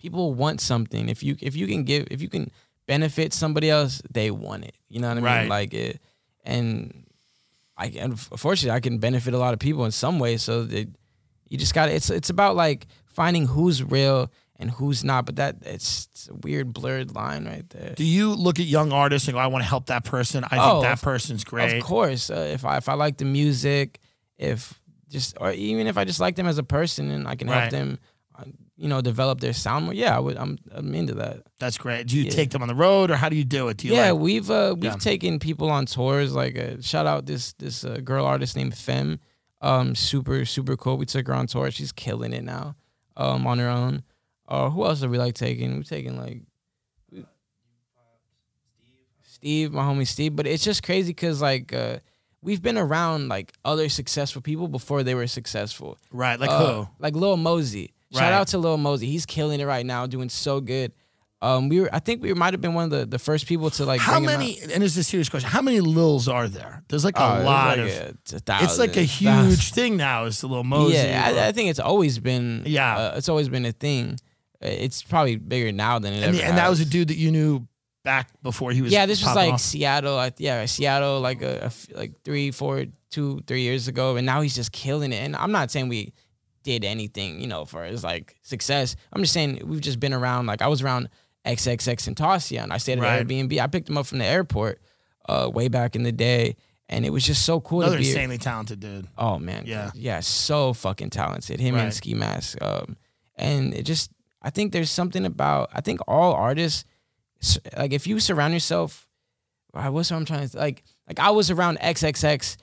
Speaker 2: people want something if you if you can give if you can benefit somebody else they want it you know what i
Speaker 1: Right.
Speaker 2: mean like it and I can, unfortunately I can benefit a lot of people in some way. So they, you just got to it's it's about like finding who's real and who's not. But that it's, it's a weird blurred line right there.
Speaker 1: Do you look at young artists and go, I want to help that person? I
Speaker 2: Oh,
Speaker 1: think that
Speaker 2: of-
Speaker 1: person's great.
Speaker 2: Of course, uh, if I if I like the music, if just or even if I just like them as a person and I can
Speaker 1: Right.
Speaker 2: help them, uh, you know, develop their sound more. Yeah, I would. I'm I'm into that.
Speaker 1: That's great. Do you
Speaker 2: Yeah.
Speaker 1: take them on the road or how do you do it? Do you
Speaker 2: yeah,
Speaker 1: like,
Speaker 2: we've uh, we've
Speaker 1: Yeah.
Speaker 2: taken people on tours. Like uh, shout out this this uh, girl artist named Femme. Um, super super cool. We took her on tour. She's killing it now. Um, on her own. Uh, who else are we like taking? We're taking like Steve, my homie Steve. But it's just crazy because like uh, we've been around like other successful people before they were successful.
Speaker 1: right? Like
Speaker 2: Uh,
Speaker 1: who?
Speaker 2: Like Lil Mosey.
Speaker 1: Right.
Speaker 2: Shout out to Lil Mosey. He's killing it right now, doing so good. Um, we were, I think we might have been one of the, the first people to like.
Speaker 1: How
Speaker 2: bring him out.
Speaker 1: many? And it's a serious question. How many Lils are there? There's like
Speaker 2: Oh,
Speaker 1: a
Speaker 2: it was
Speaker 1: lot
Speaker 2: like
Speaker 1: of.
Speaker 2: a- it's, a thousand,
Speaker 1: it's like a huge
Speaker 2: thousand. [LAUGHS]
Speaker 1: thing now. Is the Lil Mosey?
Speaker 2: Yeah,
Speaker 1: or-
Speaker 2: I, I think it's always been.
Speaker 1: Yeah.
Speaker 2: uh, it's always been a thing. Uh, It's probably bigger now than it
Speaker 1: and,
Speaker 2: ever.
Speaker 1: and that was a
Speaker 2: has.
Speaker 1: dude that you knew back before he was.
Speaker 2: yeah, this was
Speaker 1: popping
Speaker 2: like
Speaker 1: off.
Speaker 2: Seattle. I, yeah, Seattle, like a, a f- like three, four, two, three years ago, and now he's just killing it. And I'm not saying we did anything, you know, for his like success. I'm just saying we've just been around. Like I was around XXX Tentacion. I stayed at
Speaker 1: Right.
Speaker 2: an Airbnb. I picked him up from the airport uh, way back in the day, and it was just so cool
Speaker 1: another
Speaker 2: to be.
Speaker 1: insanely talented dude.
Speaker 2: Oh man,
Speaker 1: Yeah.
Speaker 2: yeah, so fucking talented. Him
Speaker 1: Right.
Speaker 2: and Ski Mask, um, and it just I think there's something about I think all artists s- like if you surround yourself, I what's what I'm trying to like like I was around XXX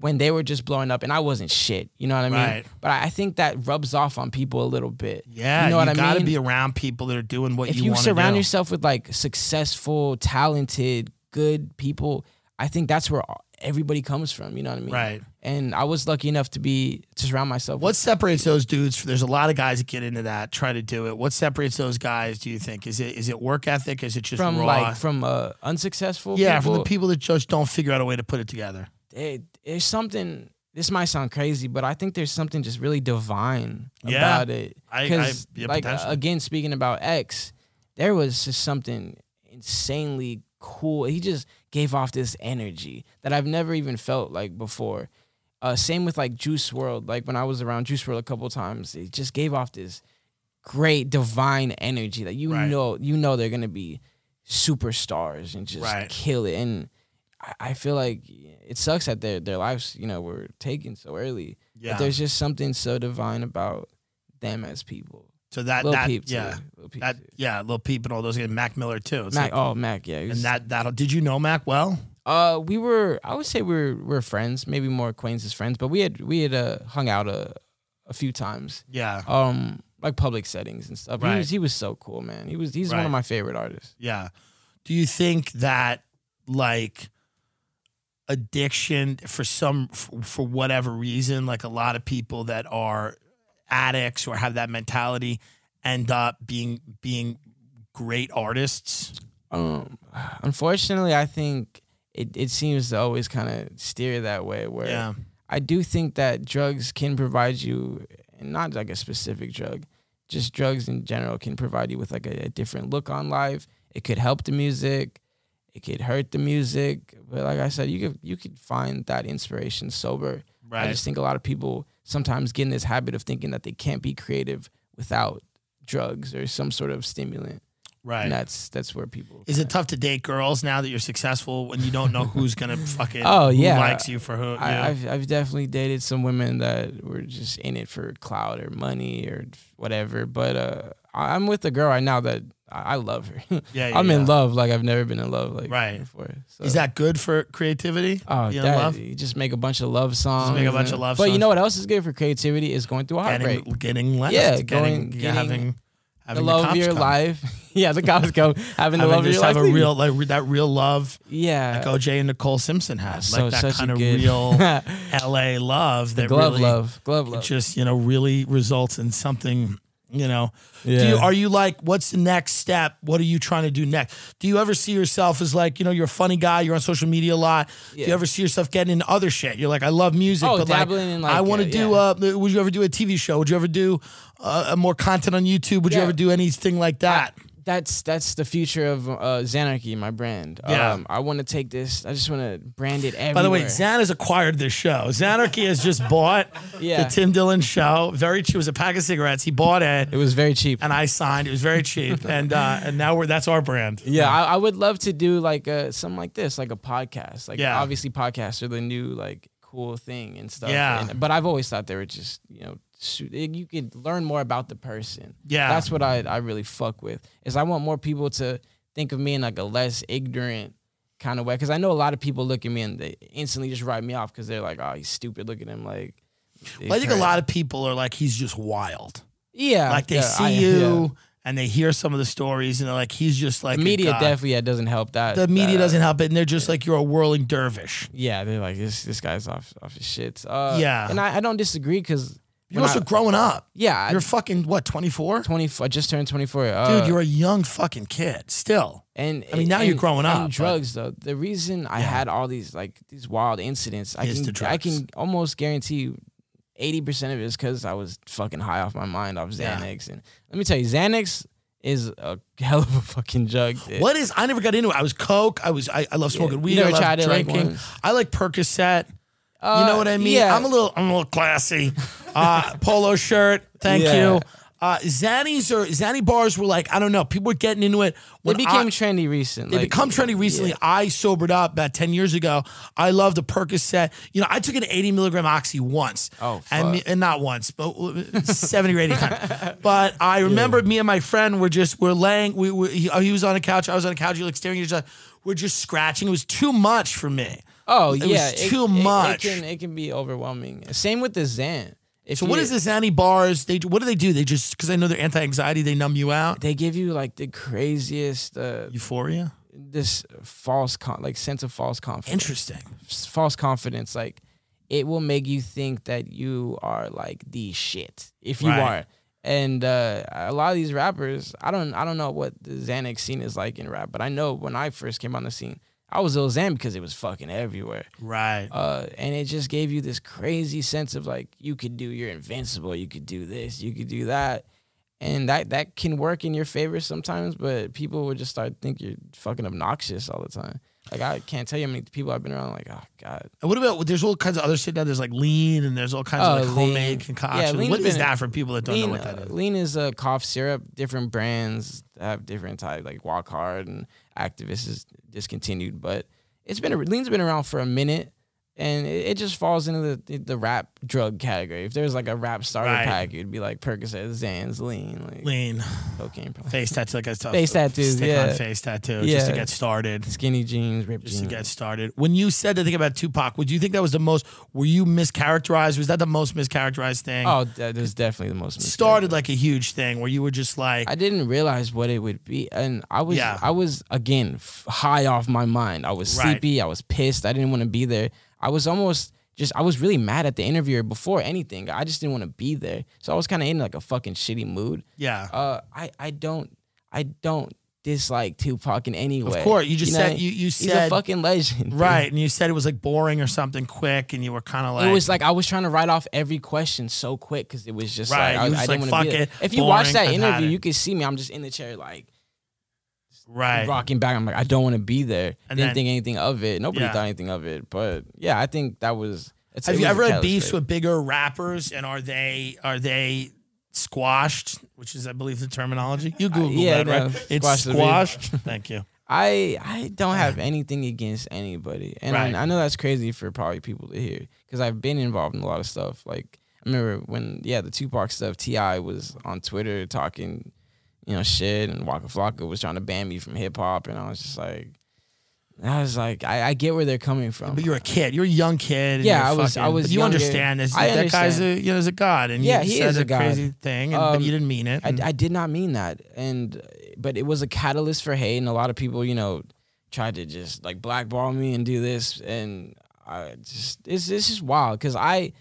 Speaker 2: when they were just blowing up and I wasn't shit, you know what I mean?
Speaker 1: Right.
Speaker 2: But I I think that rubs off on people a little bit.
Speaker 1: Yeah,
Speaker 2: you know what I
Speaker 1: gotta
Speaker 2: mean?
Speaker 1: be around people that are doing what
Speaker 2: if
Speaker 1: you,
Speaker 2: you,
Speaker 1: want
Speaker 2: surround
Speaker 1: to do.
Speaker 2: yourself with like successful, talented, good people, I think that's where all- everybody comes from. You know what I mean?
Speaker 1: Right.
Speaker 2: And I was lucky enough to be to surround myself.
Speaker 1: What separates those dudes? There's a lot of guys that get into that, try to do it. What separates those guys? Do you think is it is it work ethic? Is it
Speaker 2: with,
Speaker 1: just
Speaker 2: from
Speaker 1: raw?
Speaker 2: like from uh, unsuccessful?
Speaker 1: yeah,
Speaker 2: people,
Speaker 1: from the people that just don't figure out a way to put it together.
Speaker 2: it, there's something. This might sound crazy, but I think there's something just really divine
Speaker 1: Yeah.
Speaker 2: about it.
Speaker 1: I- I-
Speaker 2: 'Cause,
Speaker 1: yeah,
Speaker 2: like uh,
Speaker 1: potentially.
Speaker 2: again, speaking about X, there was just something insanely cool. He just gave off this energy that I've never even felt like before. Uh, same with like Juice World. Like when I was around Juice World a couple times, it just gave off this great divine energy that you
Speaker 1: Right.
Speaker 2: know you know they're gonna be superstars and just
Speaker 1: Right.
Speaker 2: kill it. And I, I feel like it sucks that their their lives you know were taken so early.
Speaker 1: Yeah.
Speaker 2: But there's just something so divine about them as people.
Speaker 1: So that
Speaker 2: Lil
Speaker 1: that
Speaker 2: Peep, too.
Speaker 1: yeah
Speaker 2: Lil Peep
Speaker 1: that
Speaker 2: too.
Speaker 1: yeah Lil Peep and all those guys. Mac Miller too. It's
Speaker 2: Mac,
Speaker 1: like-
Speaker 2: oh Mac, yeah. he
Speaker 1: and
Speaker 2: was-
Speaker 1: that that did you know Mac well?
Speaker 2: uh, we were, I would say we were, we were friends, maybe more acquaintances, friends, but we had we had uh, hung out a, a few times,
Speaker 1: Yeah,
Speaker 2: um, like public settings and stuff.
Speaker 1: Right.
Speaker 2: He was he was so cool, man. He was he's one
Speaker 1: Right.
Speaker 2: of my favorite artists.
Speaker 1: Yeah. Do you think that like addiction for some for, for whatever reason like a lot of people that are addicts or have that mentality end up being being great artists?
Speaker 2: Um, unfortunately, I think it it seems to always kind of steer that way. Where
Speaker 1: Yeah.
Speaker 2: I do think that drugs can provide you, and not like a specific drug, just drugs in general can provide you with like a, a different look on life. It could help the music, it could hurt the music, but like I said, you could you could find that inspiration sober. I
Speaker 1: Right.
Speaker 2: just think a lot of people sometimes get in this habit of thinking that they can't be creative without drugs or some sort of stimulant,
Speaker 1: right.
Speaker 2: and that's that's where people.
Speaker 1: Is it tough to date girls now that you're successful and you don't know who's gonna
Speaker 2: [LAUGHS]
Speaker 1: fucking
Speaker 2: Oh,
Speaker 1: who
Speaker 2: yeah.
Speaker 1: likes you for who? yeah.
Speaker 2: I, I've I've definitely dated some women that were just in it for clout or money or whatever. But uh, I- I'm with a girl right now that I I love her. [LAUGHS]
Speaker 1: yeah, yeah,
Speaker 2: I'm
Speaker 1: yeah.
Speaker 2: in love like I've never been in love like
Speaker 1: Right.
Speaker 2: before. So.
Speaker 1: Is that good for creativity?
Speaker 2: Oh,
Speaker 1: You
Speaker 2: you
Speaker 1: know, love?
Speaker 2: You just make a bunch of love songs.
Speaker 1: make a bunch
Speaker 2: and-
Speaker 1: of love
Speaker 2: But you
Speaker 1: songs.
Speaker 2: know what else is good for creativity is going through a heartbreak.
Speaker 1: Getting getting left.
Speaker 2: Yeah,
Speaker 1: getting,
Speaker 2: going- getting
Speaker 1: having
Speaker 2: The
Speaker 1: having the
Speaker 2: love of
Speaker 1: cops
Speaker 2: your
Speaker 1: come.
Speaker 2: life. [LAUGHS] yeah, the cops
Speaker 1: [LAUGHS]
Speaker 2: go having the
Speaker 1: having
Speaker 2: love of
Speaker 1: just
Speaker 2: your
Speaker 1: have
Speaker 2: life.
Speaker 1: a
Speaker 2: leave you.
Speaker 1: real like that real love
Speaker 2: yeah.
Speaker 1: like OJ and Nicole Simpson had,
Speaker 2: so
Speaker 1: like that
Speaker 2: such
Speaker 1: kind
Speaker 2: a
Speaker 1: of
Speaker 2: good [LAUGHS]
Speaker 1: real LA love that
Speaker 2: glove
Speaker 1: really
Speaker 2: love glove love.
Speaker 1: just you know really results in something. You know, do
Speaker 2: Yeah.
Speaker 1: you, are you like, what's the next step? What are you trying to do next? Do you ever see yourself as like, you know, you're a funny guy, you're on social media a lot. Do
Speaker 2: Yeah.
Speaker 1: you ever see yourself getting into other shit? You're like, I love music,
Speaker 2: Oh,
Speaker 1: but
Speaker 2: dabbling in, like,
Speaker 1: I want
Speaker 2: uh,
Speaker 1: to do. Uh, would you ever do a TV show? Would you ever do uh, more content on YouTube? Would you
Speaker 2: Yeah.
Speaker 1: ever do anything like that?
Speaker 2: that's that's the future of uh, Xanarchy, my brand.
Speaker 1: Yeah.
Speaker 2: Um, I want to take this. I just want to brand it everywhere.
Speaker 1: By the way, Xan has acquired this show. Xanarchy has just bought
Speaker 2: [LAUGHS] Yeah.
Speaker 1: the Tim Dillon show. Very cheap. It was a pack of cigarettes. He bought it,
Speaker 2: it was very cheap.
Speaker 1: and I signed. It was very cheap, [LAUGHS] and uh, and now we're that's our brand.
Speaker 2: Yeah, I, I would love to do like a something like this, like a podcast. Like
Speaker 1: Yeah.
Speaker 2: obviously podcasts are the new like cool thing and stuff.
Speaker 1: Yeah.
Speaker 2: And- but I've always thought they were just you know su- eh, you could learn more about the person.
Speaker 1: Yeah.
Speaker 2: that's what I I really fuck with is I want more people to think of me in like a less ignorant kind of way because I know a lot of people look at me and they instantly just write me off because they're like, oh, he's stupid. Look at him like.
Speaker 1: Well, I think a lot of people are like, he's just wild.
Speaker 2: yeah
Speaker 1: Like they
Speaker 2: Uh, yeah,
Speaker 1: see
Speaker 2: I-
Speaker 1: you
Speaker 2: yeah.
Speaker 1: and they hear some of the stories, and they're like, he's just like
Speaker 2: The
Speaker 1: a
Speaker 2: media
Speaker 1: guy.
Speaker 2: definitely yeah, doesn't help that.
Speaker 1: The media
Speaker 2: that- uh,
Speaker 1: doesn't help it, and they're just like, you're a whirling dervish.
Speaker 2: Yeah, they're like this. This guy's off off his shit. Uh,
Speaker 1: Yeah.
Speaker 2: and I, I don't disagree because
Speaker 1: You're also growing up.
Speaker 2: yeah,
Speaker 1: You're
Speaker 2: you're
Speaker 1: fucking what, 24?
Speaker 2: twenty. I just turned twenty four. Uh,
Speaker 1: Dude, you're a young fucking kid still.
Speaker 2: and
Speaker 1: I mean, now you're
Speaker 2: and-
Speaker 1: growing
Speaker 2: and
Speaker 1: up, but-
Speaker 2: drugs though. The reason I had all these like these wild incidents, I
Speaker 1: Is
Speaker 2: can
Speaker 1: the
Speaker 2: I
Speaker 1: drugs.
Speaker 2: can almost guarantee eighty percent of it is because I was fucking high off my mind off
Speaker 1: Yeah.
Speaker 2: Xanax. And let me tell you, Xanax is a [LAUGHS] hell of a fucking drug. dude.
Speaker 1: What is? I never got into it. I was coke. I was. I, I love smoking
Speaker 2: You
Speaker 1: weed.
Speaker 2: never
Speaker 1: I love
Speaker 2: tried it, like,
Speaker 1: drinking.
Speaker 2: once?
Speaker 1: I like Percocet.
Speaker 2: Uh,
Speaker 1: you know what I mean?
Speaker 2: Yeah,
Speaker 1: I'm a little. I'm a little classy.
Speaker 2: [LAUGHS]
Speaker 1: Uh, polo shirt. Thank
Speaker 2: Yeah.
Speaker 1: you. Uh, Zannies or Zanny bars were like I don't know. People were getting into it.
Speaker 2: they
Speaker 1: When
Speaker 2: became
Speaker 1: I,
Speaker 2: trendy recently.
Speaker 1: they become trendy recently. I sobered up about ten years ago. I love the Percocet. You know, I took an 80 milligram oxy once.
Speaker 2: Oh,
Speaker 1: and, me,
Speaker 2: fuck.
Speaker 1: and not once, but 70 or 80 times.
Speaker 2: [LAUGHS]
Speaker 1: But I remember me and my friend were just we're laying. We, we he, he was on a couch. I was on a couch. You like staring at each other. We're just scratching. It was too much for me.
Speaker 2: Oh
Speaker 1: It was
Speaker 2: yeah,
Speaker 1: too
Speaker 2: it,
Speaker 1: much.
Speaker 2: It, can, it can be overwhelming. Same with the Xan. If
Speaker 1: So what
Speaker 2: you-
Speaker 1: is the Zanny bars? They what do they do? They just because I know they're anti-anxiety, they numb you out.
Speaker 2: They give you like the craziest uh,
Speaker 1: Euphoria.
Speaker 2: this false con- like sense of false confidence.
Speaker 1: Interesting.
Speaker 2: false confidence like it will make you think that you are like the shit if you
Speaker 1: Right.
Speaker 2: are. And uh, a lot of these rappers, I don't I don't know what the Xanax scene is like in rap, but I know when I first came on the scene, I was Lil Xan because it was fucking everywhere.
Speaker 1: Right.
Speaker 2: uh, and it just gave you this crazy sense of like you could do you're invincible you could do this you could do that and that that can work in your favor sometimes but people would just start think you're fucking obnoxious all the time like i can't tell you how many people i've been around like oh god
Speaker 1: And what about there's all kinds of other shit now? There's like lean and there's all kinds
Speaker 2: Oh,
Speaker 1: of like homemade
Speaker 2: lean.
Speaker 1: concoctions.
Speaker 2: Yeah, lean's
Speaker 1: what is
Speaker 2: been-
Speaker 1: that for people that don't
Speaker 2: lean,
Speaker 1: know what that
Speaker 2: uh,
Speaker 1: is?
Speaker 2: lean is a cough syrup different brands have different types like walk hard and activist is discontinued but it's been lean's been around for a minute and it, it just falls into the the rap drug category if there's like a rap starter
Speaker 1: Right.
Speaker 2: pack it'd be like percocet zans lean like
Speaker 1: Lean
Speaker 2: cocaine probably.
Speaker 1: face tattoo. Like I tough.
Speaker 2: Face tattoos,
Speaker 1: Stick on
Speaker 2: yeah.
Speaker 1: face tattoo just to
Speaker 2: Yeah.
Speaker 1: get started.
Speaker 2: skinny jeans ripped
Speaker 1: Just to
Speaker 2: jeans
Speaker 1: get started. When you said the thing about Tupac, would you think that was the most? Were you mischaracterized? Was that the most mischaracterized thing?
Speaker 2: oh that is definitely the most
Speaker 1: It started like a huge thing where you were just like,
Speaker 2: I didn't realize what it would be, and I was
Speaker 1: Yeah.
Speaker 2: I was again f- high off my mind. I was
Speaker 1: Right.
Speaker 2: sleepy. I was pissed. I didn't want to be there. I was almost just I was really mad at the interviewer before anything. I just didn't want to be there, so I was kind of in like a fucking shitty mood.
Speaker 1: yeah.
Speaker 2: Uh, I I don't I don't dislike Tupac in any way.
Speaker 1: Of course, you just
Speaker 2: know,
Speaker 1: said you you
Speaker 2: he's
Speaker 1: said
Speaker 2: a fucking legend, [LAUGHS] dude.
Speaker 1: Right, and you said it was like boring or something quick, and you were kind of like,
Speaker 2: it was like I was trying to write off every question so quick because it was just
Speaker 1: Right,
Speaker 2: like I,
Speaker 1: you
Speaker 2: I
Speaker 1: was like,
Speaker 2: didn't want to be
Speaker 1: "Fuck
Speaker 2: there.
Speaker 1: it,
Speaker 2: If you watch that
Speaker 1: boring, I've had
Speaker 2: interview,
Speaker 1: it.
Speaker 2: you can see me. I'm just in the chair like.
Speaker 1: right,
Speaker 2: rocking back. I'm like, I don't want to be there.
Speaker 1: And then-
Speaker 2: Didn't think anything of it. Nobody
Speaker 1: Yeah.
Speaker 2: thought anything of it. But yeah, I think that was. It's,
Speaker 1: Have
Speaker 2: it
Speaker 1: you
Speaker 2: was a
Speaker 1: ever had
Speaker 2: catalyst
Speaker 1: beefs
Speaker 2: for it.
Speaker 1: with bigger rappers, and are they are they squashed? Which is, I believe, the terminology. You Google
Speaker 2: Uh, yeah,
Speaker 1: that,
Speaker 2: no,
Speaker 1: right? It's
Speaker 2: squash the beef. [LAUGHS]
Speaker 1: squashed. Thank you.
Speaker 2: I I don't have anything against anybody, and
Speaker 1: Right.
Speaker 2: I, I know that's crazy for probably people to hear because I've been involved in a lot of stuff. Like I remember when yeah, the Tupac stuff. Ti was on Twitter talking, you know, shit, and Waka Flocka was trying to ban me from hip hop, and I was just like, I was like, I, I get where they're coming from.
Speaker 1: But you're a kid. You're a young kid. and
Speaker 2: Yeah,
Speaker 1: you're
Speaker 2: I was- I
Speaker 1: fucking-
Speaker 2: was
Speaker 1: but You
Speaker 2: younger.
Speaker 1: understand this?
Speaker 2: I
Speaker 1: that guy's a
Speaker 2: understand.
Speaker 1: you know is a god, and
Speaker 2: Yeah,
Speaker 1: you
Speaker 2: he
Speaker 1: said
Speaker 2: is
Speaker 1: a
Speaker 2: a god.
Speaker 1: crazy thing, and, but
Speaker 2: Um,
Speaker 1: you didn't mean it.
Speaker 2: I,
Speaker 1: and-
Speaker 2: I did not mean that, and but it was a catalyst for hate, and a lot of people, you know, tried to just like blackball me and do this, and I just it's this is wild because I,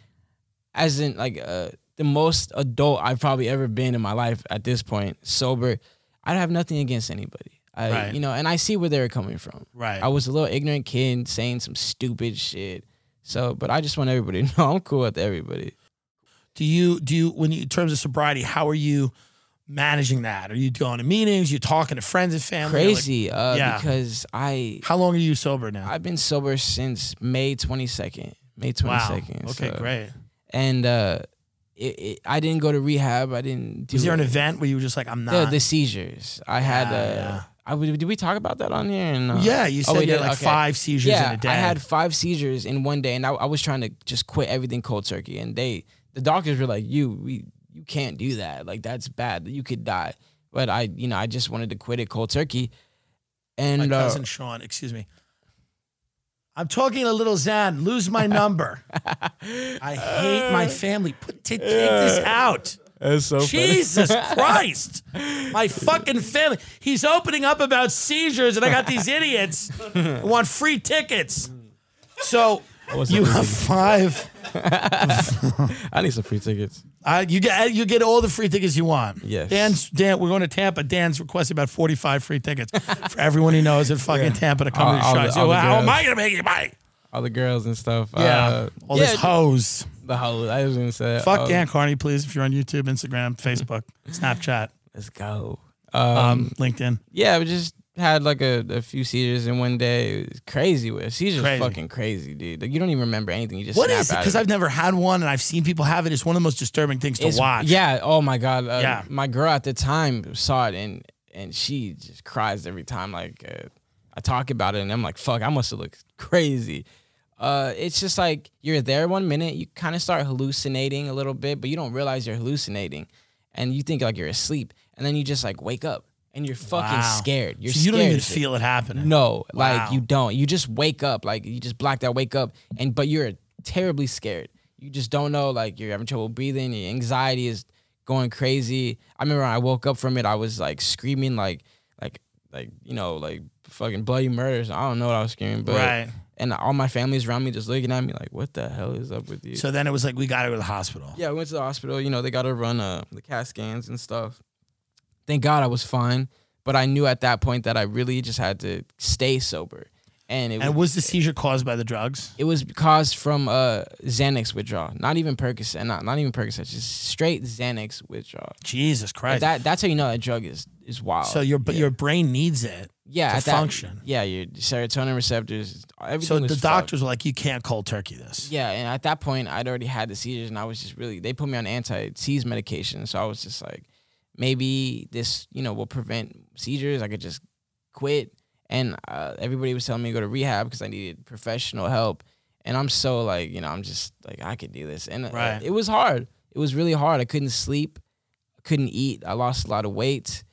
Speaker 2: as in like uh, the most adult I've probably ever been in my life at this point, sober, I have nothing against anybody, I,
Speaker 1: Right.
Speaker 2: you know, and I see where they were coming from.
Speaker 1: right.
Speaker 2: I was a little ignorant kid saying some stupid shit, so but I just want everybody [LAUGHS] to know I'm cool with everybody.
Speaker 1: Do you do you when you, in terms of sobriety, how are you managing that? Are you going to meetings? You're talking to friends and family? Like,
Speaker 2: Crazy, uh,
Speaker 1: yeah.
Speaker 2: because I
Speaker 1: how long are you sober now?
Speaker 2: I've been sober since May 22nd. May 22nd.
Speaker 1: wow. Okay,
Speaker 2: so-
Speaker 1: great.
Speaker 2: And uh, it, it, I didn't go to rehab. I didn't. Do
Speaker 1: Was there an
Speaker 2: it.
Speaker 1: event where you were just like, I'm not?
Speaker 2: The, the seizures. I had. Uh,
Speaker 1: Yeah, yeah.
Speaker 2: I would. Did we talk about that on here? And, uh,
Speaker 1: yeah, you
Speaker 2: oh,
Speaker 1: said
Speaker 2: we
Speaker 1: you had
Speaker 2: did?
Speaker 1: like
Speaker 2: Okay.
Speaker 1: five seizures
Speaker 2: yeah,
Speaker 1: in a day.
Speaker 2: I had five seizures in one day, and I, I was trying to just quit everything cold turkey. And they, the doctors were like, "You, we, you can't do that. Like that's bad. You could die." But I, you know, I just wanted to quit it cold turkey. And
Speaker 1: my
Speaker 2: uh,
Speaker 1: cousin Sean, excuse me. I'm talking a little Zen. Lose my number. I hate my family. Put t- take this out.
Speaker 2: That's so [LAUGHS]
Speaker 1: Jesus Christ. My fucking family. He's opening up about seizures, and I got these idiots who want free tickets. So [LAUGHS] you have five.
Speaker 2: I need some free tickets.
Speaker 1: Uh, you get you get all the free tickets you want.
Speaker 2: Yes.
Speaker 1: Dan's Dan. We're going to Tampa. Dan's requested about forty five free tickets for everyone he knows in fucking Tampa to come to
Speaker 2: All- all
Speaker 1: the show.
Speaker 2: the-
Speaker 1: So
Speaker 2: all the
Speaker 1: how am
Speaker 2: girls.
Speaker 1: I going to make any money?
Speaker 2: All the girls and stuff.
Speaker 1: Yeah. Uh,
Speaker 2: Uh,
Speaker 1: all
Speaker 2: yeah,
Speaker 1: this hose.
Speaker 2: the whole. I was gonna say.
Speaker 1: Fuck
Speaker 2: oh,
Speaker 1: Dan Carney, please. If you're on YouTube, Instagram, Facebook, Snapchat,
Speaker 2: Let's go. Uh,
Speaker 1: um, LinkedIn.
Speaker 2: Yeah, we just had like a, a few seizures in one day. It was crazy. With seizures,
Speaker 1: Crazy.
Speaker 2: fucking crazy, dude. Like you don't even remember anything. You just
Speaker 1: What
Speaker 2: snap
Speaker 1: is it?
Speaker 2: out of
Speaker 1: Because I've never had one, and I've seen people have it. It's one of the most disturbing things to
Speaker 2: It's-
Speaker 1: watch.
Speaker 2: Yeah. Oh my god. Uh,
Speaker 1: Yeah.
Speaker 2: My girl at the time saw it and and she just cries every time like uh, I talk about it and I'm like fuck I must have looked crazy. Uh, it's just like you're there one minute, you kind of start hallucinating a little bit, but you don't realize you're hallucinating, and you think like you're asleep, and then you just like wake up and you're fucking
Speaker 1: Wow.
Speaker 2: scared. You're
Speaker 1: So you
Speaker 2: scared
Speaker 1: don't even
Speaker 2: as shit.
Speaker 1: feel it happening.
Speaker 2: No,
Speaker 1: Wow.
Speaker 2: like you don't. You just wake up, like you just blacked out, wake up, and but you're terribly scared. You just don't know, like you're having trouble breathing. Your anxiety is going crazy. I remember when I woke up from it, I was like screaming, like, like, like you know, like fucking bloody murders. I don't know what I was screaming, but
Speaker 1: Right.
Speaker 2: and all my family's around me just looking at me like, what the hell is up with you?
Speaker 1: So then it was like we got to go to the hospital.
Speaker 2: Yeah, we went to the hospital. You know, they got to run uh, the CAT scans and stuff. Thank God I was fine, but I knew at that point that I really just had to stay sober. And it,
Speaker 1: And
Speaker 2: was
Speaker 1: was the seizure caused by the drugs?
Speaker 2: it was caused from uh, Xanax withdrawal, not even Percocet, not not even Percocet, just straight Xanax withdrawal.
Speaker 1: Jesus Christ.
Speaker 2: That that's how you know that drug is is wild.
Speaker 1: so your but
Speaker 2: yeah.
Speaker 1: your brain needs it.
Speaker 2: yeah
Speaker 1: to
Speaker 2: at that-
Speaker 1: function.
Speaker 2: yeah, your serotonin receptors. Everything
Speaker 1: So
Speaker 2: was
Speaker 1: the
Speaker 2: fucked.
Speaker 1: doctors were like, you can't cold turkey this.
Speaker 2: Yeah, and at that point, I'd already had the seizures, and I was just really they put me on anti seize medication, so I was just like, maybe this you know will prevent seizures. I could just quit, and uh, everybody was telling me to go to rehab because I needed professional help, and I'm so like you know I'm just like I could do this, and uh,
Speaker 1: Right.
Speaker 2: it was hard. It was really hard. I couldn't sleep, couldn't eat. I lost a lot of weight.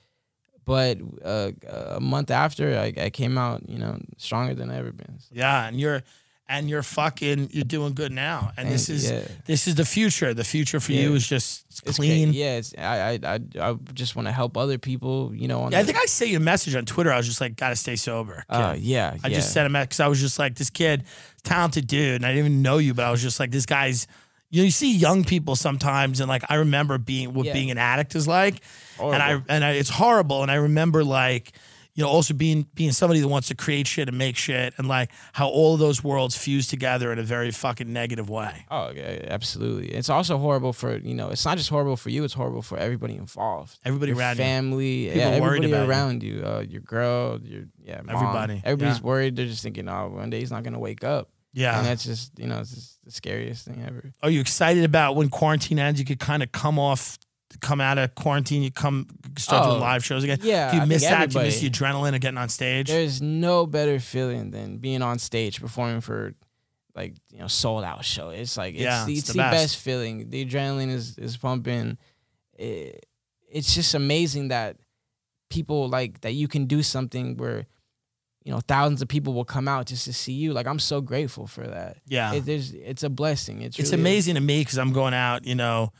Speaker 2: But uh, a month after, I, I came out, you know, stronger than I ever been.
Speaker 1: Yeah, and you're and you're fucking you're doing good now. And this
Speaker 2: And,
Speaker 1: is
Speaker 2: yeah.
Speaker 1: this is the future. The future for you
Speaker 2: Yeah.
Speaker 1: is just
Speaker 2: It's
Speaker 1: clean.
Speaker 2: Great. Yeah, it's, I, I I I just want to help other people. You know, on
Speaker 1: Yeah, I
Speaker 2: the-
Speaker 1: think I sent you a message on Twitter. I was just like, gotta stay sober. kid."
Speaker 2: Uh, yeah,
Speaker 1: I
Speaker 2: yeah.
Speaker 1: just sent him because I was just like, this kid, talented dude, and I didn't even know you, but I was just like, this guy's. You, know, you see young people sometimes, and like I remember being what
Speaker 2: Yeah.
Speaker 1: being an addict is like, and I
Speaker 2: Horrible.
Speaker 1: and I, it's horrible. And I remember like you know also being being somebody that wants to create shit and make shit, and like how all of those worlds fuse together in a very fucking negative way.
Speaker 2: Oh, yeah, absolutely. It's also horrible for you know. It's not just horrible for you. It's horrible for everybody involved.
Speaker 1: Everybody
Speaker 2: your
Speaker 1: around you.
Speaker 2: family,
Speaker 1: People
Speaker 2: yeah,
Speaker 1: worried
Speaker 2: everybody
Speaker 1: about you.
Speaker 2: around you. Uh, your girl, your yeah, mom.
Speaker 1: Everybody,
Speaker 2: Everybody's
Speaker 1: yeah.
Speaker 2: worried. They're just thinking, oh, one day he's not gonna wake up. And
Speaker 1: Yeah.
Speaker 2: that's just you know, it's just the scariest thing ever.
Speaker 1: Are you excited about when quarantine ends? You could kind of come off, come out of quarantine. You come start doing
Speaker 2: Oh,
Speaker 1: live shows again.
Speaker 2: yeah,
Speaker 1: If you
Speaker 2: I
Speaker 1: miss
Speaker 2: think
Speaker 1: that, if you miss the
Speaker 2: everybody-
Speaker 1: adrenaline of getting on stage.
Speaker 2: There's no better feeling than being on stage performing for like you know sold out show. It's like it's,
Speaker 1: Yeah,
Speaker 2: the,
Speaker 1: it's
Speaker 2: it's,
Speaker 1: the
Speaker 2: the,
Speaker 1: best.
Speaker 2: best. feeling. The adrenaline is is pumping. It, it's just amazing that people like that you can do something where you know thousands of people will come out just to see you. Like I'm so grateful for that.
Speaker 1: Yeah.
Speaker 2: It, there's it's a blessing. It's
Speaker 1: it's
Speaker 2: really-
Speaker 1: amazing to me because I'm going out, you know,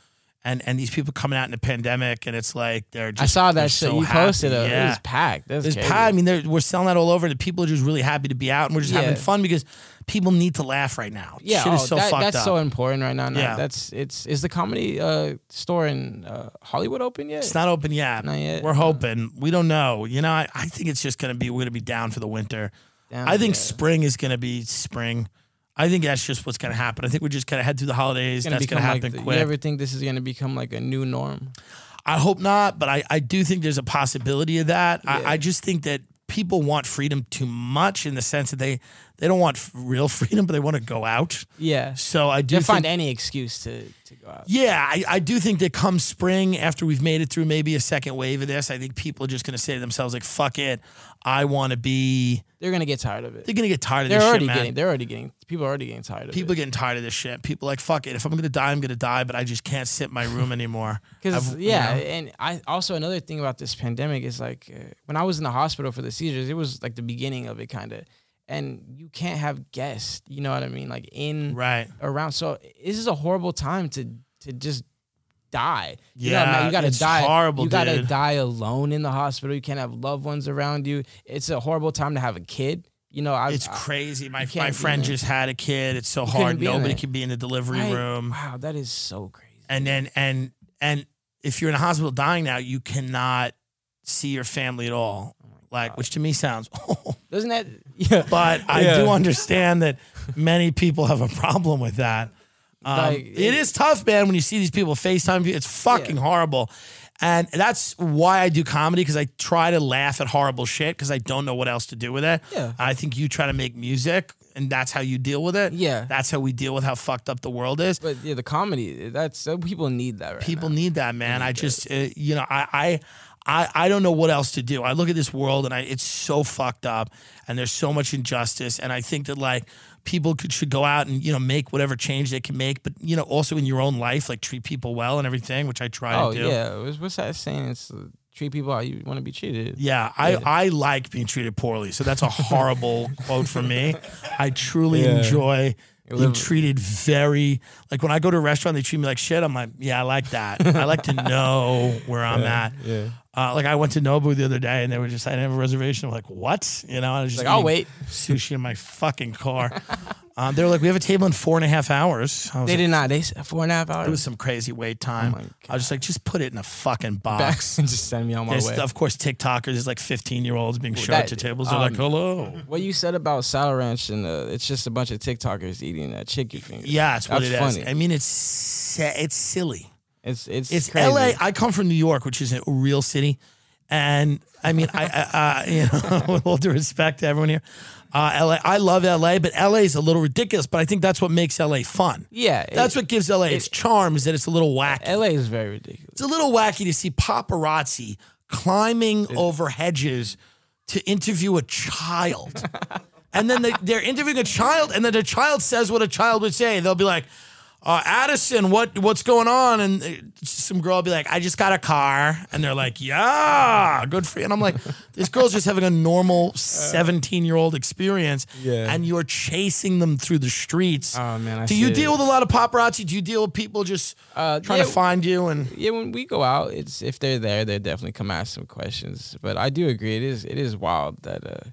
Speaker 1: and and these people coming out in the pandemic, and it's like they're. Just,
Speaker 2: I saw
Speaker 1: they're
Speaker 2: that shit
Speaker 1: so
Speaker 2: you posted.
Speaker 1: happy.
Speaker 2: It. it
Speaker 1: Yeah.
Speaker 2: was packed. That's
Speaker 1: It's
Speaker 2: crazy.
Speaker 1: pa- I mean, they're- we're selling that all over. The people are just really happy to be out, and we're just having
Speaker 2: Yeah.
Speaker 1: fun because people need to laugh right now.
Speaker 2: yeah,
Speaker 1: shit
Speaker 2: oh,
Speaker 1: is so
Speaker 2: that-
Speaker 1: fucked
Speaker 2: that's
Speaker 1: up.
Speaker 2: so important right now.
Speaker 1: Yeah.
Speaker 2: Yeah. That's it's is the comedy uh, store in uh, Hollywood open yet?
Speaker 1: it's not open yet.
Speaker 2: Not yet.
Speaker 1: We're hoping. We don't know. You know, I, I think it's just gonna be we're gonna be down for the winter. I think
Speaker 2: it's
Speaker 1: spring is gonna be spring. I think that's just what's gonna happen. I think we're just gonna head through the holidays.
Speaker 2: gonna
Speaker 1: that's
Speaker 2: become
Speaker 1: gonna happen
Speaker 2: like the-
Speaker 1: quick.
Speaker 2: You ever think this is gonna become like a new norm?
Speaker 1: I hope not, but I, I do think there's a possibility of that. I, I just think that people want freedom too much in the sense that they they don't want f- real [LAUGHS] freedom, but they want to go out.
Speaker 2: Yeah.
Speaker 1: So I do
Speaker 2: They
Speaker 1: think
Speaker 2: find any excuse to, to go out.
Speaker 1: yeah, I, I do think that come spring, after we've made it through maybe a second wave of this, I think people are just going to say to themselves, like, fuck it. I want to be.
Speaker 2: They're gonna get tired of it.
Speaker 1: They're going to get tired of
Speaker 2: They're
Speaker 1: this
Speaker 2: already
Speaker 1: shit, man.
Speaker 2: getting. They're already getting. People are already getting tired of
Speaker 1: people are getting tired of this shit. People are like, fuck it. If I'm going to die, I'm going to die, but I just can't sit in my room
Speaker 2: [LAUGHS]
Speaker 1: anymore.
Speaker 2: Because
Speaker 1: I've- you
Speaker 2: yeah,
Speaker 1: know.
Speaker 2: and I also another thing about this pandemic is like uh, when I was in the hospital for the seizures, it was like the beginning of it, kind of, and you can't have guests. You know what I mean? Like in
Speaker 1: Right.
Speaker 2: around. So this is a horrible time to to just die. You know,
Speaker 1: Yeah,
Speaker 2: man, you gotta
Speaker 1: it's
Speaker 2: die.
Speaker 1: horrible,
Speaker 2: You gotta
Speaker 1: dude.
Speaker 2: die alone in the hospital. You can't have loved ones around you. It's a horrible time to have a kid. You know, I,
Speaker 1: It's
Speaker 2: I-
Speaker 1: crazy. My,
Speaker 2: can't
Speaker 1: my
Speaker 2: be
Speaker 1: friend
Speaker 2: in it.
Speaker 1: just had a kid. It's so
Speaker 2: couldn't
Speaker 1: hard.
Speaker 2: be in
Speaker 1: Nobody
Speaker 2: it.
Speaker 1: can be in the delivery
Speaker 2: right?
Speaker 1: room.
Speaker 2: Wow, that is so crazy.
Speaker 1: and then and and if you're in a hospital dying now, you cannot see your family at all.
Speaker 2: Oh
Speaker 1: Like, which to me sounds, [LAUGHS]
Speaker 2: doesn't that? [LAUGHS] Yeah,
Speaker 1: but I do
Speaker 2: Yeah.
Speaker 1: understand that many people have a problem with that. Um,
Speaker 2: Like,
Speaker 1: it is tough, man, when you see these people FaceTime. people. It's fucking horrible, and that's why I do comedy because I try to laugh at horrible shit because I don't know what else to do with it.
Speaker 2: Yeah.
Speaker 1: I think you try to make music, and that's how you deal with it.
Speaker 2: Yeah.
Speaker 1: that's how we deal with how fucked up the world is.
Speaker 2: but yeah, the comedy. That's uh, people need that. Right
Speaker 1: People
Speaker 2: now.
Speaker 1: need that, man. I just, uh, you know, I, I, I, I don't know what else to do. I look at this world and I, it's so fucked up, and there's so much injustice. And I think that like people could, should go out and you know make whatever change they can make, but you know also in your own life, like treat people well and everything, which I try
Speaker 2: Oh
Speaker 1: to do.
Speaker 2: yeah, what's, what's that saying? It's uh, treat people how you want to be treated.
Speaker 1: Yeah, I, I like being treated poorly, so
Speaker 2: [LAUGHS]
Speaker 1: that's a horrible quote for me. I truly enjoy being treated very like when I go to a restaurant, they treat me like shit. I'm like, yeah, I like that. I
Speaker 2: [LAUGHS]
Speaker 1: like to know where I'm at.
Speaker 2: yeah.
Speaker 1: Uh, like I went to Nobu the other day, and they were just I didn't have a reservation. I'm like, what? You know, I was just
Speaker 2: Like I'll
Speaker 1: eating
Speaker 2: wait.
Speaker 1: sushi in my fucking
Speaker 2: [LAUGHS]
Speaker 1: car. um, they were like, we have a table in four and a half hours. I was
Speaker 2: They
Speaker 1: like,
Speaker 2: did not. They said four and a half
Speaker 1: it was
Speaker 2: hours.
Speaker 1: some crazy wait time.
Speaker 2: my
Speaker 1: I was just like, just put it in a fucking
Speaker 2: Back,
Speaker 1: box.
Speaker 2: [LAUGHS] just send me on my
Speaker 1: There's,
Speaker 2: way.
Speaker 1: of course, TikTokers is like 15 year olds being showed
Speaker 2: that-
Speaker 1: to tables. They're like,
Speaker 2: um,
Speaker 1: hello.
Speaker 2: What you said about Sour Ranch and uh, it's just a bunch of TikTokers eating that chicken finger.
Speaker 1: Yeah, that's what
Speaker 2: that's
Speaker 1: it is.
Speaker 2: funny.
Speaker 1: I mean, it's sa- it's silly.
Speaker 2: It's it's
Speaker 1: It's
Speaker 2: crazy.
Speaker 1: LA. I come from New York, which is a real city. And I mean, I, I, [LAUGHS] I you know, with all due respect to everyone here, uh, LA, I love LA, but LA is a little ridiculous, but I think that's what makes LA fun.
Speaker 2: Yeah, it-
Speaker 1: That's what gives LA its charm is that it's a little wacky.
Speaker 2: LA is very ridiculous.
Speaker 1: It's a little wacky to see paparazzi climbing over hedges to interview a child. [LAUGHS] and then they, they're interviewing a child, and then the child says what a child would say. They'll be like, uh, Addison, what what's going on? And uh, some girl will be like, I just got a car. And they're like, yeah, good for you. And I'm like, this girl's just having a
Speaker 2: [LAUGHS]
Speaker 1: normal 17 year old experience.
Speaker 2: Yeah.
Speaker 1: And you're chasing them through the streets.
Speaker 2: Oh, man, I
Speaker 1: Do you
Speaker 2: see it.
Speaker 1: deal with a lot of paparazzi? Do you deal with people just
Speaker 2: Uh,
Speaker 1: trying
Speaker 2: yeah.
Speaker 1: to find you? And
Speaker 2: Yeah, when we go out, it's if they're there, they definitely come ask some questions. But I do agree, it is it is wild that uh,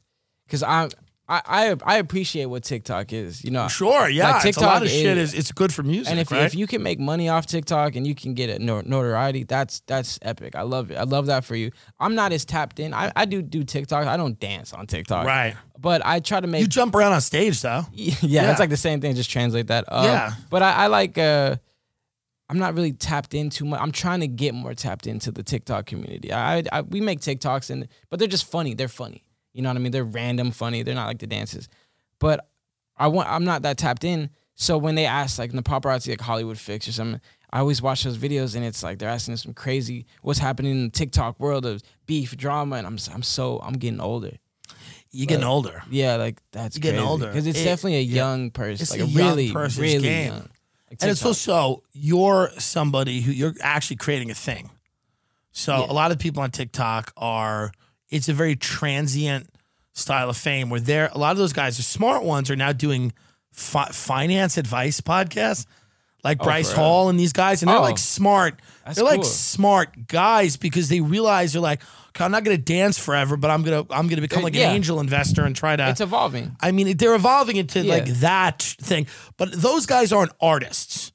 Speaker 2: because I I I appreciate what TikTok is. You know,
Speaker 1: Sure, yeah.
Speaker 2: Like,
Speaker 1: it's a lot
Speaker 2: TikTok
Speaker 1: of shit
Speaker 2: is-
Speaker 1: is it's good for music,
Speaker 2: and if,
Speaker 1: right?
Speaker 2: if you can make money off TikTok and you can get a nor- notoriety, that's that's epic. I love it. I love that for you. I'm not as tapped in. I, I do do TikTok. I don't dance on TikTok.
Speaker 1: Right.
Speaker 2: But I try to make
Speaker 1: You jump around on stage though.
Speaker 2: [LAUGHS] yeah, it's like the same thing. Just translate that. Um,
Speaker 1: Yeah.
Speaker 2: But I, I like. Uh, I'm not really tapped in too much. I'm trying to get more tapped into the TikTok community. I, I, I we make TikToks and but they're just funny. They're funny. You know what I mean? They're random funny. They're not like the dances. But I want. I'm not that tapped in. So when they ask like in the paparazzi like Hollywood Fix or something, I always watch those videos and it's like they're asking some crazy what's happening in the TikTok world of beef drama and I'm s- I'm so I'm getting older.
Speaker 1: You're getting older.
Speaker 2: Yeah, like that's
Speaker 1: You're getting older.
Speaker 2: because it's
Speaker 1: It-
Speaker 2: definitely a
Speaker 1: yeah.
Speaker 2: young person,
Speaker 1: It's
Speaker 2: like
Speaker 1: a
Speaker 2: a,
Speaker 1: young
Speaker 2: really,
Speaker 1: person's
Speaker 2: really
Speaker 1: game.
Speaker 2: young. Like
Speaker 1: And it's
Speaker 2: TikTok.
Speaker 1: also you're somebody who you're actually creating a thing. So a lot of people on TikTok are it's a very transient style of fame where they're a lot of those guys, the smart ones, are now doing fi- finance advice podcasts. Like Bryce
Speaker 2: Oh, for real?
Speaker 1: Hall and these guys, and they're
Speaker 2: Oh.
Speaker 1: like smart.
Speaker 2: That's
Speaker 1: they're like
Speaker 2: cool.
Speaker 1: smart guys because they realize they're like, okay, I'm not gonna dance forever, but I'm gonna I'm gonna become like
Speaker 2: yeah.
Speaker 1: an angel investor and try to
Speaker 2: it's evolving.
Speaker 1: I mean, they're evolving into
Speaker 2: Yeah.
Speaker 1: like that thing. But those guys aren't artists.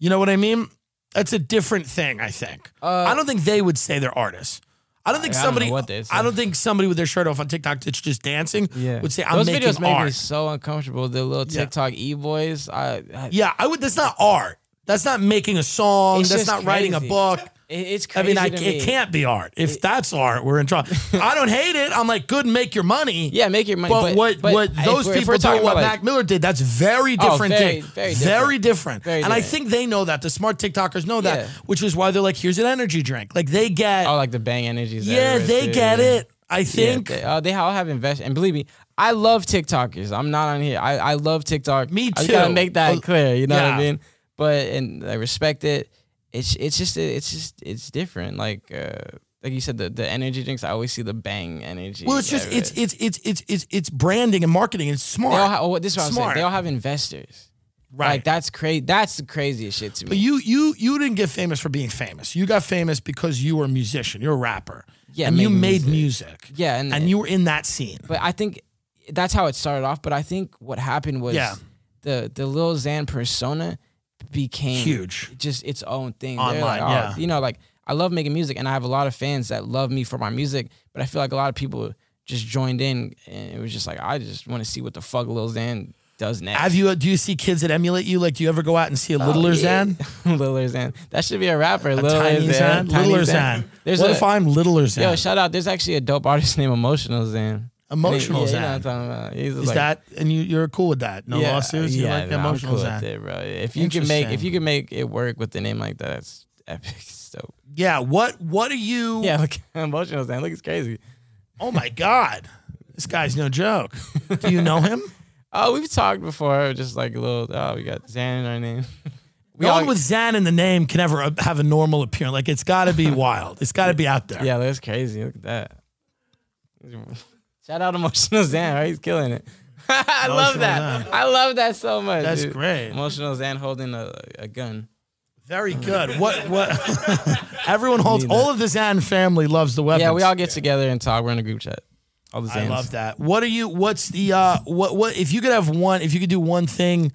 Speaker 1: You know what I mean? That's a different thing. I think. I don't think they would say they're artists. I don't think
Speaker 2: Uh, I don't
Speaker 1: somebody.
Speaker 2: know what they say.
Speaker 1: I don't think somebody with their shirt off on TikTok that's just dancing would say, "I'm
Speaker 2: those
Speaker 1: making
Speaker 2: videos make me
Speaker 1: art."
Speaker 2: so uncomfortable. The little
Speaker 1: Yeah.
Speaker 2: TikTok e boys. I, I
Speaker 1: yeah, I would. That's not art. That's not making a song.
Speaker 2: It's
Speaker 1: that's
Speaker 2: just
Speaker 1: not writing a
Speaker 2: crazy.
Speaker 1: book.
Speaker 2: It- it's
Speaker 1: I
Speaker 2: crazy.
Speaker 1: mean, I,
Speaker 2: to
Speaker 1: it
Speaker 2: me.
Speaker 1: can't be art. If that's art, we're in
Speaker 2: [LAUGHS]
Speaker 1: trouble. I don't hate it. I'm like, good, make your money.
Speaker 2: Yeah, make your money.
Speaker 1: But, what what
Speaker 2: if
Speaker 1: those
Speaker 2: we're- if
Speaker 1: people
Speaker 2: we're
Speaker 1: do,
Speaker 2: talking
Speaker 1: what
Speaker 2: about, like,
Speaker 1: Mac Miller did, that's very
Speaker 2: Oh,
Speaker 1: different.
Speaker 2: very-
Speaker 1: thing.
Speaker 2: very
Speaker 1: Very different.
Speaker 2: Very
Speaker 1: and I
Speaker 2: different.
Speaker 1: think they know that. The smart TikTokers know that,
Speaker 2: Yeah.
Speaker 1: which is why they're like, here's an energy drink. Like they get,
Speaker 2: oh, like the bang energies.
Speaker 1: yeah,
Speaker 2: everywhere,
Speaker 1: they
Speaker 2: too,
Speaker 1: get
Speaker 2: yeah.
Speaker 1: it. I
Speaker 2: Yeah,
Speaker 1: think
Speaker 2: they, uh, they all have invest, and believe me, I love TikTokers. I'm not on here. I, I love TikTok.
Speaker 1: Me
Speaker 2: I just gotta
Speaker 1: too.
Speaker 2: make that
Speaker 1: Oh,
Speaker 2: clear. You know what I
Speaker 1: yeah.
Speaker 2: mean? But and I respect it. It's it's just it's just it's different. Like uh, like you said, the, the energy drinks. I always see the bang energy.
Speaker 1: Well, it's just it's it's it's it's it's it's branding and marketing. It's
Speaker 2: they
Speaker 1: smart,
Speaker 2: all ha- oh, this is what I'm saying.
Speaker 1: Smart.
Speaker 2: They all have investors.
Speaker 1: right?
Speaker 2: Like that's crazy. That's the craziest shit to me.
Speaker 1: but you you you didn't get famous for being famous. You got famous because you were a musician. You're a rapper.
Speaker 2: Yeah,
Speaker 1: and you
Speaker 2: made
Speaker 1: made music.
Speaker 2: yeah, and,
Speaker 1: and you were in that scene.
Speaker 2: but I think that's how it started off. But I think what happened was
Speaker 1: Yeah.
Speaker 2: the the Lil Xan persona became
Speaker 1: Huge.
Speaker 2: just its own thing. They're
Speaker 1: Online,
Speaker 2: like, oh,
Speaker 1: yeah.
Speaker 2: You know, like I love making music, and I have a lot of fans that love me for my music. But I feel like a lot of people just joined in, and it was just like I just want to see what the fuck Lil Xan does next.
Speaker 1: Have you? Do you see kids that emulate you? Like, do you ever go out and see a
Speaker 2: Oh,
Speaker 1: littler
Speaker 2: yeah.
Speaker 1: Zen?
Speaker 2: [LAUGHS] Lil Xan. That should be a rapper.
Speaker 1: A
Speaker 2: Lil
Speaker 1: tiny
Speaker 2: Xan.
Speaker 1: Zen?
Speaker 2: Tiny
Speaker 1: Littler
Speaker 2: Xan.
Speaker 1: Zen.
Speaker 2: There's
Speaker 1: what
Speaker 2: a,
Speaker 1: if I'm littler Zen?
Speaker 2: yo, shout out. There's actually a dope artist [LAUGHS] named Emotional Xan.
Speaker 1: emotional
Speaker 2: yeah,
Speaker 1: Zen.
Speaker 2: You know what I'm talking about. He's
Speaker 1: Is
Speaker 2: like,
Speaker 1: that and you? You're cool with that? No lawsuits. You
Speaker 2: yeah,
Speaker 1: like
Speaker 2: no, I'm
Speaker 1: emotional
Speaker 2: cool with
Speaker 1: Zen?
Speaker 2: it, bro. If you can make if
Speaker 1: Interesting.
Speaker 2: you can make it work with a name like that, that's epic. [LAUGHS] It's dope.
Speaker 1: Yeah. What? What are you?
Speaker 2: [LAUGHS] Yeah, look emotional Zen. Look, it's crazy.
Speaker 1: Oh my God. This guy's no joke. Do you know him?
Speaker 2: Oh, we've talked before, just like a little. Oh, we got Zan in our name. [LAUGHS] [LAUGHS] We
Speaker 1: no
Speaker 2: all-
Speaker 1: one with Zan in the name can ever have a normal appearance. Like it's got to be wild. It's got to be out there.
Speaker 2: yeah, that's crazy. Look at that. Shout out emotional Zan, right? He's killing it. [LAUGHS] I love
Speaker 1: Emotional
Speaker 2: that.
Speaker 1: Zen.
Speaker 2: I love that so much.
Speaker 1: That's
Speaker 2: dude.
Speaker 1: great.
Speaker 2: Emotional Zan holding a, a gun.
Speaker 1: Very good. What? What? [LAUGHS] everyone holds.
Speaker 2: Need that.
Speaker 1: All of the Zan family loves the weapons.
Speaker 2: Yeah, we all get together and talk. We're in a group chat. All the Zans.
Speaker 1: I love that. What are you? What's the? Uh, what? What? If you could have one, if you could do one thing,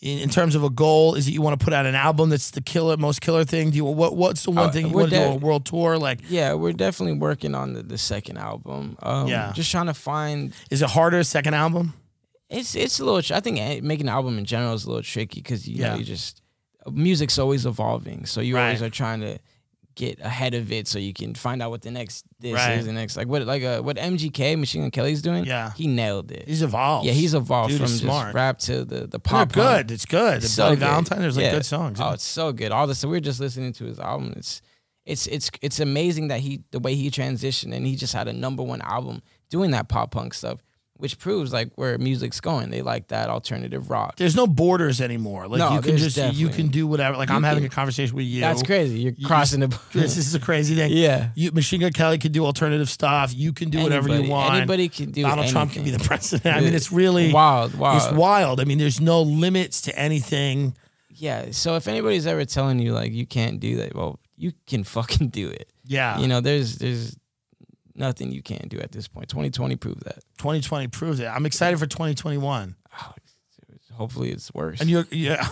Speaker 1: in, in terms of a goal, is that you want to put out an album that's the killer, most killer thing? Do you? What? What's the one
Speaker 2: Oh,
Speaker 1: thing you
Speaker 2: we're
Speaker 1: want to do?
Speaker 2: dead.
Speaker 1: A world tour? Like,
Speaker 2: Yeah, we're definitely working on the, the second album. Um,
Speaker 1: Yeah.
Speaker 2: just trying to find
Speaker 1: is it harder? Second album?
Speaker 2: it's it's a little. tr- I think eh, making an album in general is a little tricky because you
Speaker 1: Yeah.
Speaker 2: know you just music's always evolving, so you always
Speaker 1: Right.
Speaker 2: are trying to get ahead of it so you can find out what the next this
Speaker 1: Right.
Speaker 2: is the next like what like uh, what MGK Machine Gun Kelly's doing.
Speaker 1: Yeah.
Speaker 2: he nailed it.
Speaker 1: He's evolved.
Speaker 2: yeah, he's evolved
Speaker 1: Dude,
Speaker 2: from
Speaker 1: he's
Speaker 2: just
Speaker 1: smart.
Speaker 2: rap to the the
Speaker 1: They're
Speaker 2: pop. punk.
Speaker 1: good. It's good.
Speaker 2: It's
Speaker 1: It's
Speaker 2: so good.
Speaker 1: Valentine. There's like
Speaker 2: Yeah.
Speaker 1: good songs.
Speaker 2: Oh, it's so good. All this. So we are just listening to his album. It's it's it's it's amazing that he the way he transitioned and he just had a number one album doing that pop punk stuff, which proves like where music's going. They like that alternative rock.
Speaker 1: there's no borders anymore. Like
Speaker 2: No,
Speaker 1: you can
Speaker 2: there's
Speaker 1: just you
Speaker 2: definitely-
Speaker 1: can do whatever. Like
Speaker 2: You
Speaker 1: I'm having
Speaker 2: can-
Speaker 1: a conversation with you.
Speaker 2: That's crazy. You're
Speaker 1: You-
Speaker 2: crossing the [LAUGHS]
Speaker 1: This is a crazy thing.
Speaker 2: yeah.
Speaker 1: You, Machine Gun Kelly can do alternative stuff. You can do whatever
Speaker 2: Anybody-
Speaker 1: you want.
Speaker 2: Anybody can do.
Speaker 1: Donald Trump can be
Speaker 2: anything.
Speaker 1: the president. I mean,
Speaker 2: Yeah.
Speaker 1: it's really
Speaker 2: wild. Wild.
Speaker 1: It's wild. I mean, there's no limits to anything.
Speaker 2: yeah. So if anybody's ever telling you like you can't do that, well, you can fucking do it.
Speaker 1: Yeah.
Speaker 2: You know, there's there's nothing you can't do at this point. 2020 proved that.
Speaker 1: 2020 proves it. I'm excited for 2021.
Speaker 2: Oh, hopefully it's worse.
Speaker 1: And you're [LAUGHS] yeah.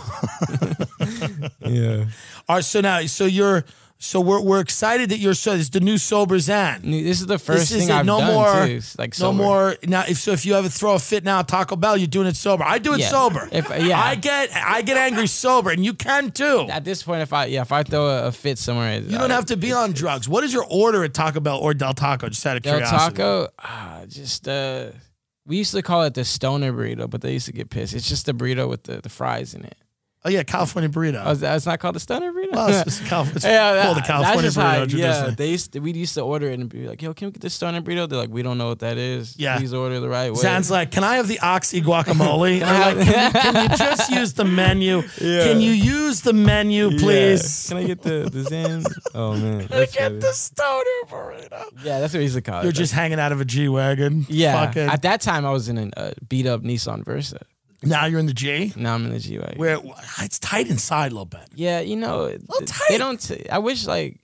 Speaker 2: yeah.
Speaker 1: All right. So now, so you're so we're we're excited that you're so. It's the new sober Zan.
Speaker 2: This is the first
Speaker 1: is
Speaker 2: thing
Speaker 1: it.
Speaker 2: I've
Speaker 1: No
Speaker 2: done
Speaker 1: more-
Speaker 2: too. It's Like
Speaker 1: No
Speaker 2: sober.
Speaker 1: more now. If so, if you ever throw a fit now at Taco Bell, you're doing it sober. I do it
Speaker 2: Yeah.
Speaker 1: sober.
Speaker 2: If- yeah.
Speaker 1: I get I get angry sober, and you can too.
Speaker 2: At this point, if I yeah, if I throw a, a fit somewhere, uh,
Speaker 1: you don't have to be on drugs. What is your order at Taco Bell or Del Taco? Just out of
Speaker 2: Del
Speaker 1: curiosity.
Speaker 2: Taco. Ah, just uh, we used to call it the stoner burrito, but they used to get pissed. It's just the burrito with the, the fries in it.
Speaker 1: Oh yeah, California burrito.
Speaker 2: Oh, is that- it's not called the stoner burrito.
Speaker 1: Well,
Speaker 2: [LAUGHS]
Speaker 1: it's just Cal- it's called the
Speaker 2: that-
Speaker 1: California
Speaker 2: that's just how-
Speaker 1: burrito
Speaker 2: yeah,
Speaker 1: traditionally.
Speaker 2: they used to, we used to order it and be like, "Yo, can we get the stoner burrito?" They're like, "We don't know what that is.
Speaker 1: Yeah.
Speaker 2: please order the right way."
Speaker 1: Sounds like, can I have the oxy guacamole?
Speaker 2: I have-
Speaker 1: Or like, can, you, can
Speaker 2: [LAUGHS]
Speaker 1: you just use the menu? Can you use the menu,
Speaker 2: Yeah.
Speaker 1: please?
Speaker 2: Can I get the
Speaker 1: [LAUGHS]
Speaker 2: the Zan? oh man, that's crazy.
Speaker 1: stoner burrito.
Speaker 2: Yeah, that's what we used to call
Speaker 1: You're
Speaker 2: it.
Speaker 1: just hanging out of a G wagon.
Speaker 2: Yeah.
Speaker 1: Fucking.
Speaker 2: At that time, I was in a uh, beat up Nissan Versa.
Speaker 1: now you're in the G.
Speaker 2: Now I'm in the G wagon.
Speaker 1: Where it's tight inside a little bit.
Speaker 2: Yeah, you know, th-
Speaker 1: tight.
Speaker 2: they don't. T- I wish like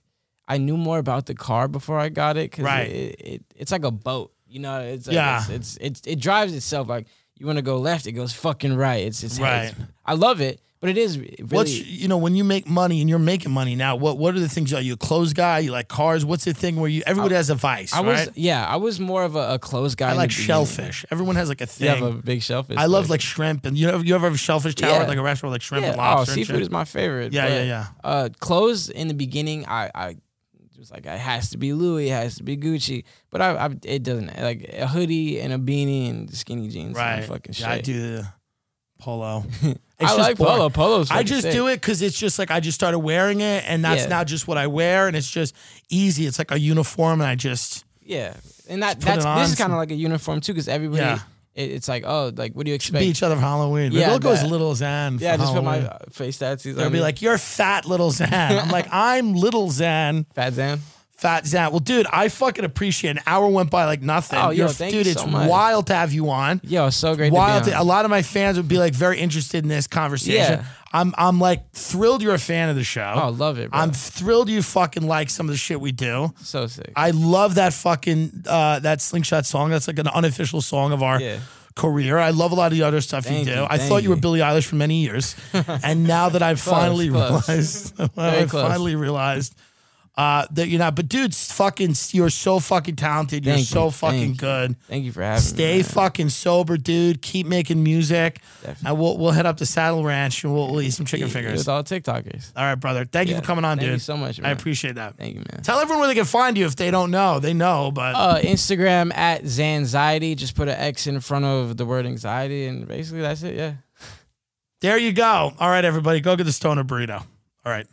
Speaker 2: I knew more about the car before I got it. Cause
Speaker 1: Right.
Speaker 2: It, it, it's like a boat. You know, it's like,
Speaker 1: Yeah.
Speaker 2: It's, it's it's it drives itself. Like you want to go left, it goes fucking right. It's it's,
Speaker 1: Right.
Speaker 2: it's- I love it, but it is really
Speaker 1: What's you know when you make money and you're making money now? What what are the things? Are you a clothes guy? You like cars? What's the thing where you? Everybody has a vice,
Speaker 2: I was
Speaker 1: right?
Speaker 2: yeah, I was more of a, a clothes guy.
Speaker 1: I
Speaker 2: in
Speaker 1: like
Speaker 2: the beginning.
Speaker 1: shellfish. Everyone has like a
Speaker 2: You
Speaker 1: thing.
Speaker 2: have a big shellfish.
Speaker 1: I love
Speaker 2: collection.
Speaker 1: like shrimp and you know you ever have a shellfish tower
Speaker 2: Yeah.
Speaker 1: at, like a restaurant with like shrimp
Speaker 2: yeah.
Speaker 1: and lobster.
Speaker 2: Oh,
Speaker 1: and
Speaker 2: seafood
Speaker 1: shit?
Speaker 2: is my favorite.
Speaker 1: Yeah,
Speaker 2: but,
Speaker 1: yeah, yeah.
Speaker 2: Uh, clothes in the beginning, I, I was like, it has to be Louis, it has to be Gucci, but I, I it doesn't like a hoodie and a beanie and skinny jeans.
Speaker 1: right.
Speaker 2: And fucking shit.
Speaker 1: yeah, I do the
Speaker 2: [LAUGHS]
Speaker 1: polo.
Speaker 2: I like
Speaker 1: boring.
Speaker 2: polo. Polo's.
Speaker 1: I
Speaker 2: fucking
Speaker 1: just
Speaker 2: sick.
Speaker 1: do it because it's just like I just started wearing it, and that's
Speaker 2: Yeah.
Speaker 1: now just what I wear, and it's just easy. It's like a uniform, and I just
Speaker 2: Yeah, and that
Speaker 1: put
Speaker 2: that's
Speaker 1: it on,
Speaker 2: this is
Speaker 1: some-
Speaker 2: kind of like a uniform too, because everybody,
Speaker 1: Yeah.
Speaker 2: it, it's like, oh, like what do you
Speaker 1: should
Speaker 2: expect?
Speaker 1: be each other for Halloween.
Speaker 2: Yeah,
Speaker 1: Yeah, look as
Speaker 2: that-
Speaker 1: little Zan.
Speaker 2: yeah,
Speaker 1: for
Speaker 2: just put my
Speaker 1: Halloween.
Speaker 2: uh, face tattoos.
Speaker 1: They'll
Speaker 2: on
Speaker 1: be
Speaker 2: it.
Speaker 1: like, "You're fat, little Zan." I'm
Speaker 2: [LAUGHS]
Speaker 1: like, "I'm little Zan,
Speaker 2: Fat Zan.
Speaker 1: fat Zan." Well, dude, I fucking appreciate. It. An hour went by like nothing.
Speaker 2: Oh, yo,
Speaker 1: You're-
Speaker 2: thank
Speaker 1: dude,
Speaker 2: you
Speaker 1: it's
Speaker 2: so much.
Speaker 1: wild to have you on.
Speaker 2: Yo, it's so great.
Speaker 1: Wild.
Speaker 2: to be
Speaker 1: to-
Speaker 2: on.
Speaker 1: a lot of my fans would be like very interested in this conversation.
Speaker 2: Yeah.
Speaker 1: I'm, I'm like thrilled you're a fan of the show.
Speaker 2: Oh, love it. Bro.
Speaker 1: I'm thrilled you fucking like some of the shit we do.
Speaker 2: so sick.
Speaker 1: I love that fucking uh, that slingshot song. That's like an unofficial song of our
Speaker 2: Yeah.
Speaker 1: career. I love a lot of the other stuff
Speaker 2: Thank
Speaker 1: you do.
Speaker 2: you,
Speaker 1: I
Speaker 2: thank
Speaker 1: thought you were
Speaker 2: you.
Speaker 1: Billie Eilish for many
Speaker 2: [LAUGHS]
Speaker 1: years, and now that I've finally
Speaker 2: close.
Speaker 1: realized, [LAUGHS]
Speaker 2: Very
Speaker 1: I
Speaker 2: close.
Speaker 1: finally realized uh, that you're not. But dude, s- fucking, s- you're so fucking talented. You're
Speaker 2: Thank you,
Speaker 1: so fucking
Speaker 2: thank you.
Speaker 1: good.
Speaker 2: Thank you for having
Speaker 1: Stay
Speaker 2: me. man.
Speaker 1: fucking sober, dude. Keep making music,
Speaker 2: Definitely.
Speaker 1: and we'll we'll head up to Saddle Ranch and we'll, we'll eat some chicken
Speaker 2: Yeah,
Speaker 1: fingers.
Speaker 2: With all TikTokers.
Speaker 1: All right, brother. Thank you
Speaker 2: Yeah.
Speaker 1: for coming on,
Speaker 2: Thank
Speaker 1: dude.
Speaker 2: you so much.
Speaker 1: I
Speaker 2: Man.
Speaker 1: appreciate that.
Speaker 2: Thank you, man.
Speaker 1: Tell everyone where they can find you if they don't know. They know, but
Speaker 2: Uh, Instagram at Zanxiety. Just put an X in front of the word anxiety, and basically that's it. Yeah.
Speaker 1: there you go. All right, everybody, go get the stoner burrito. All right.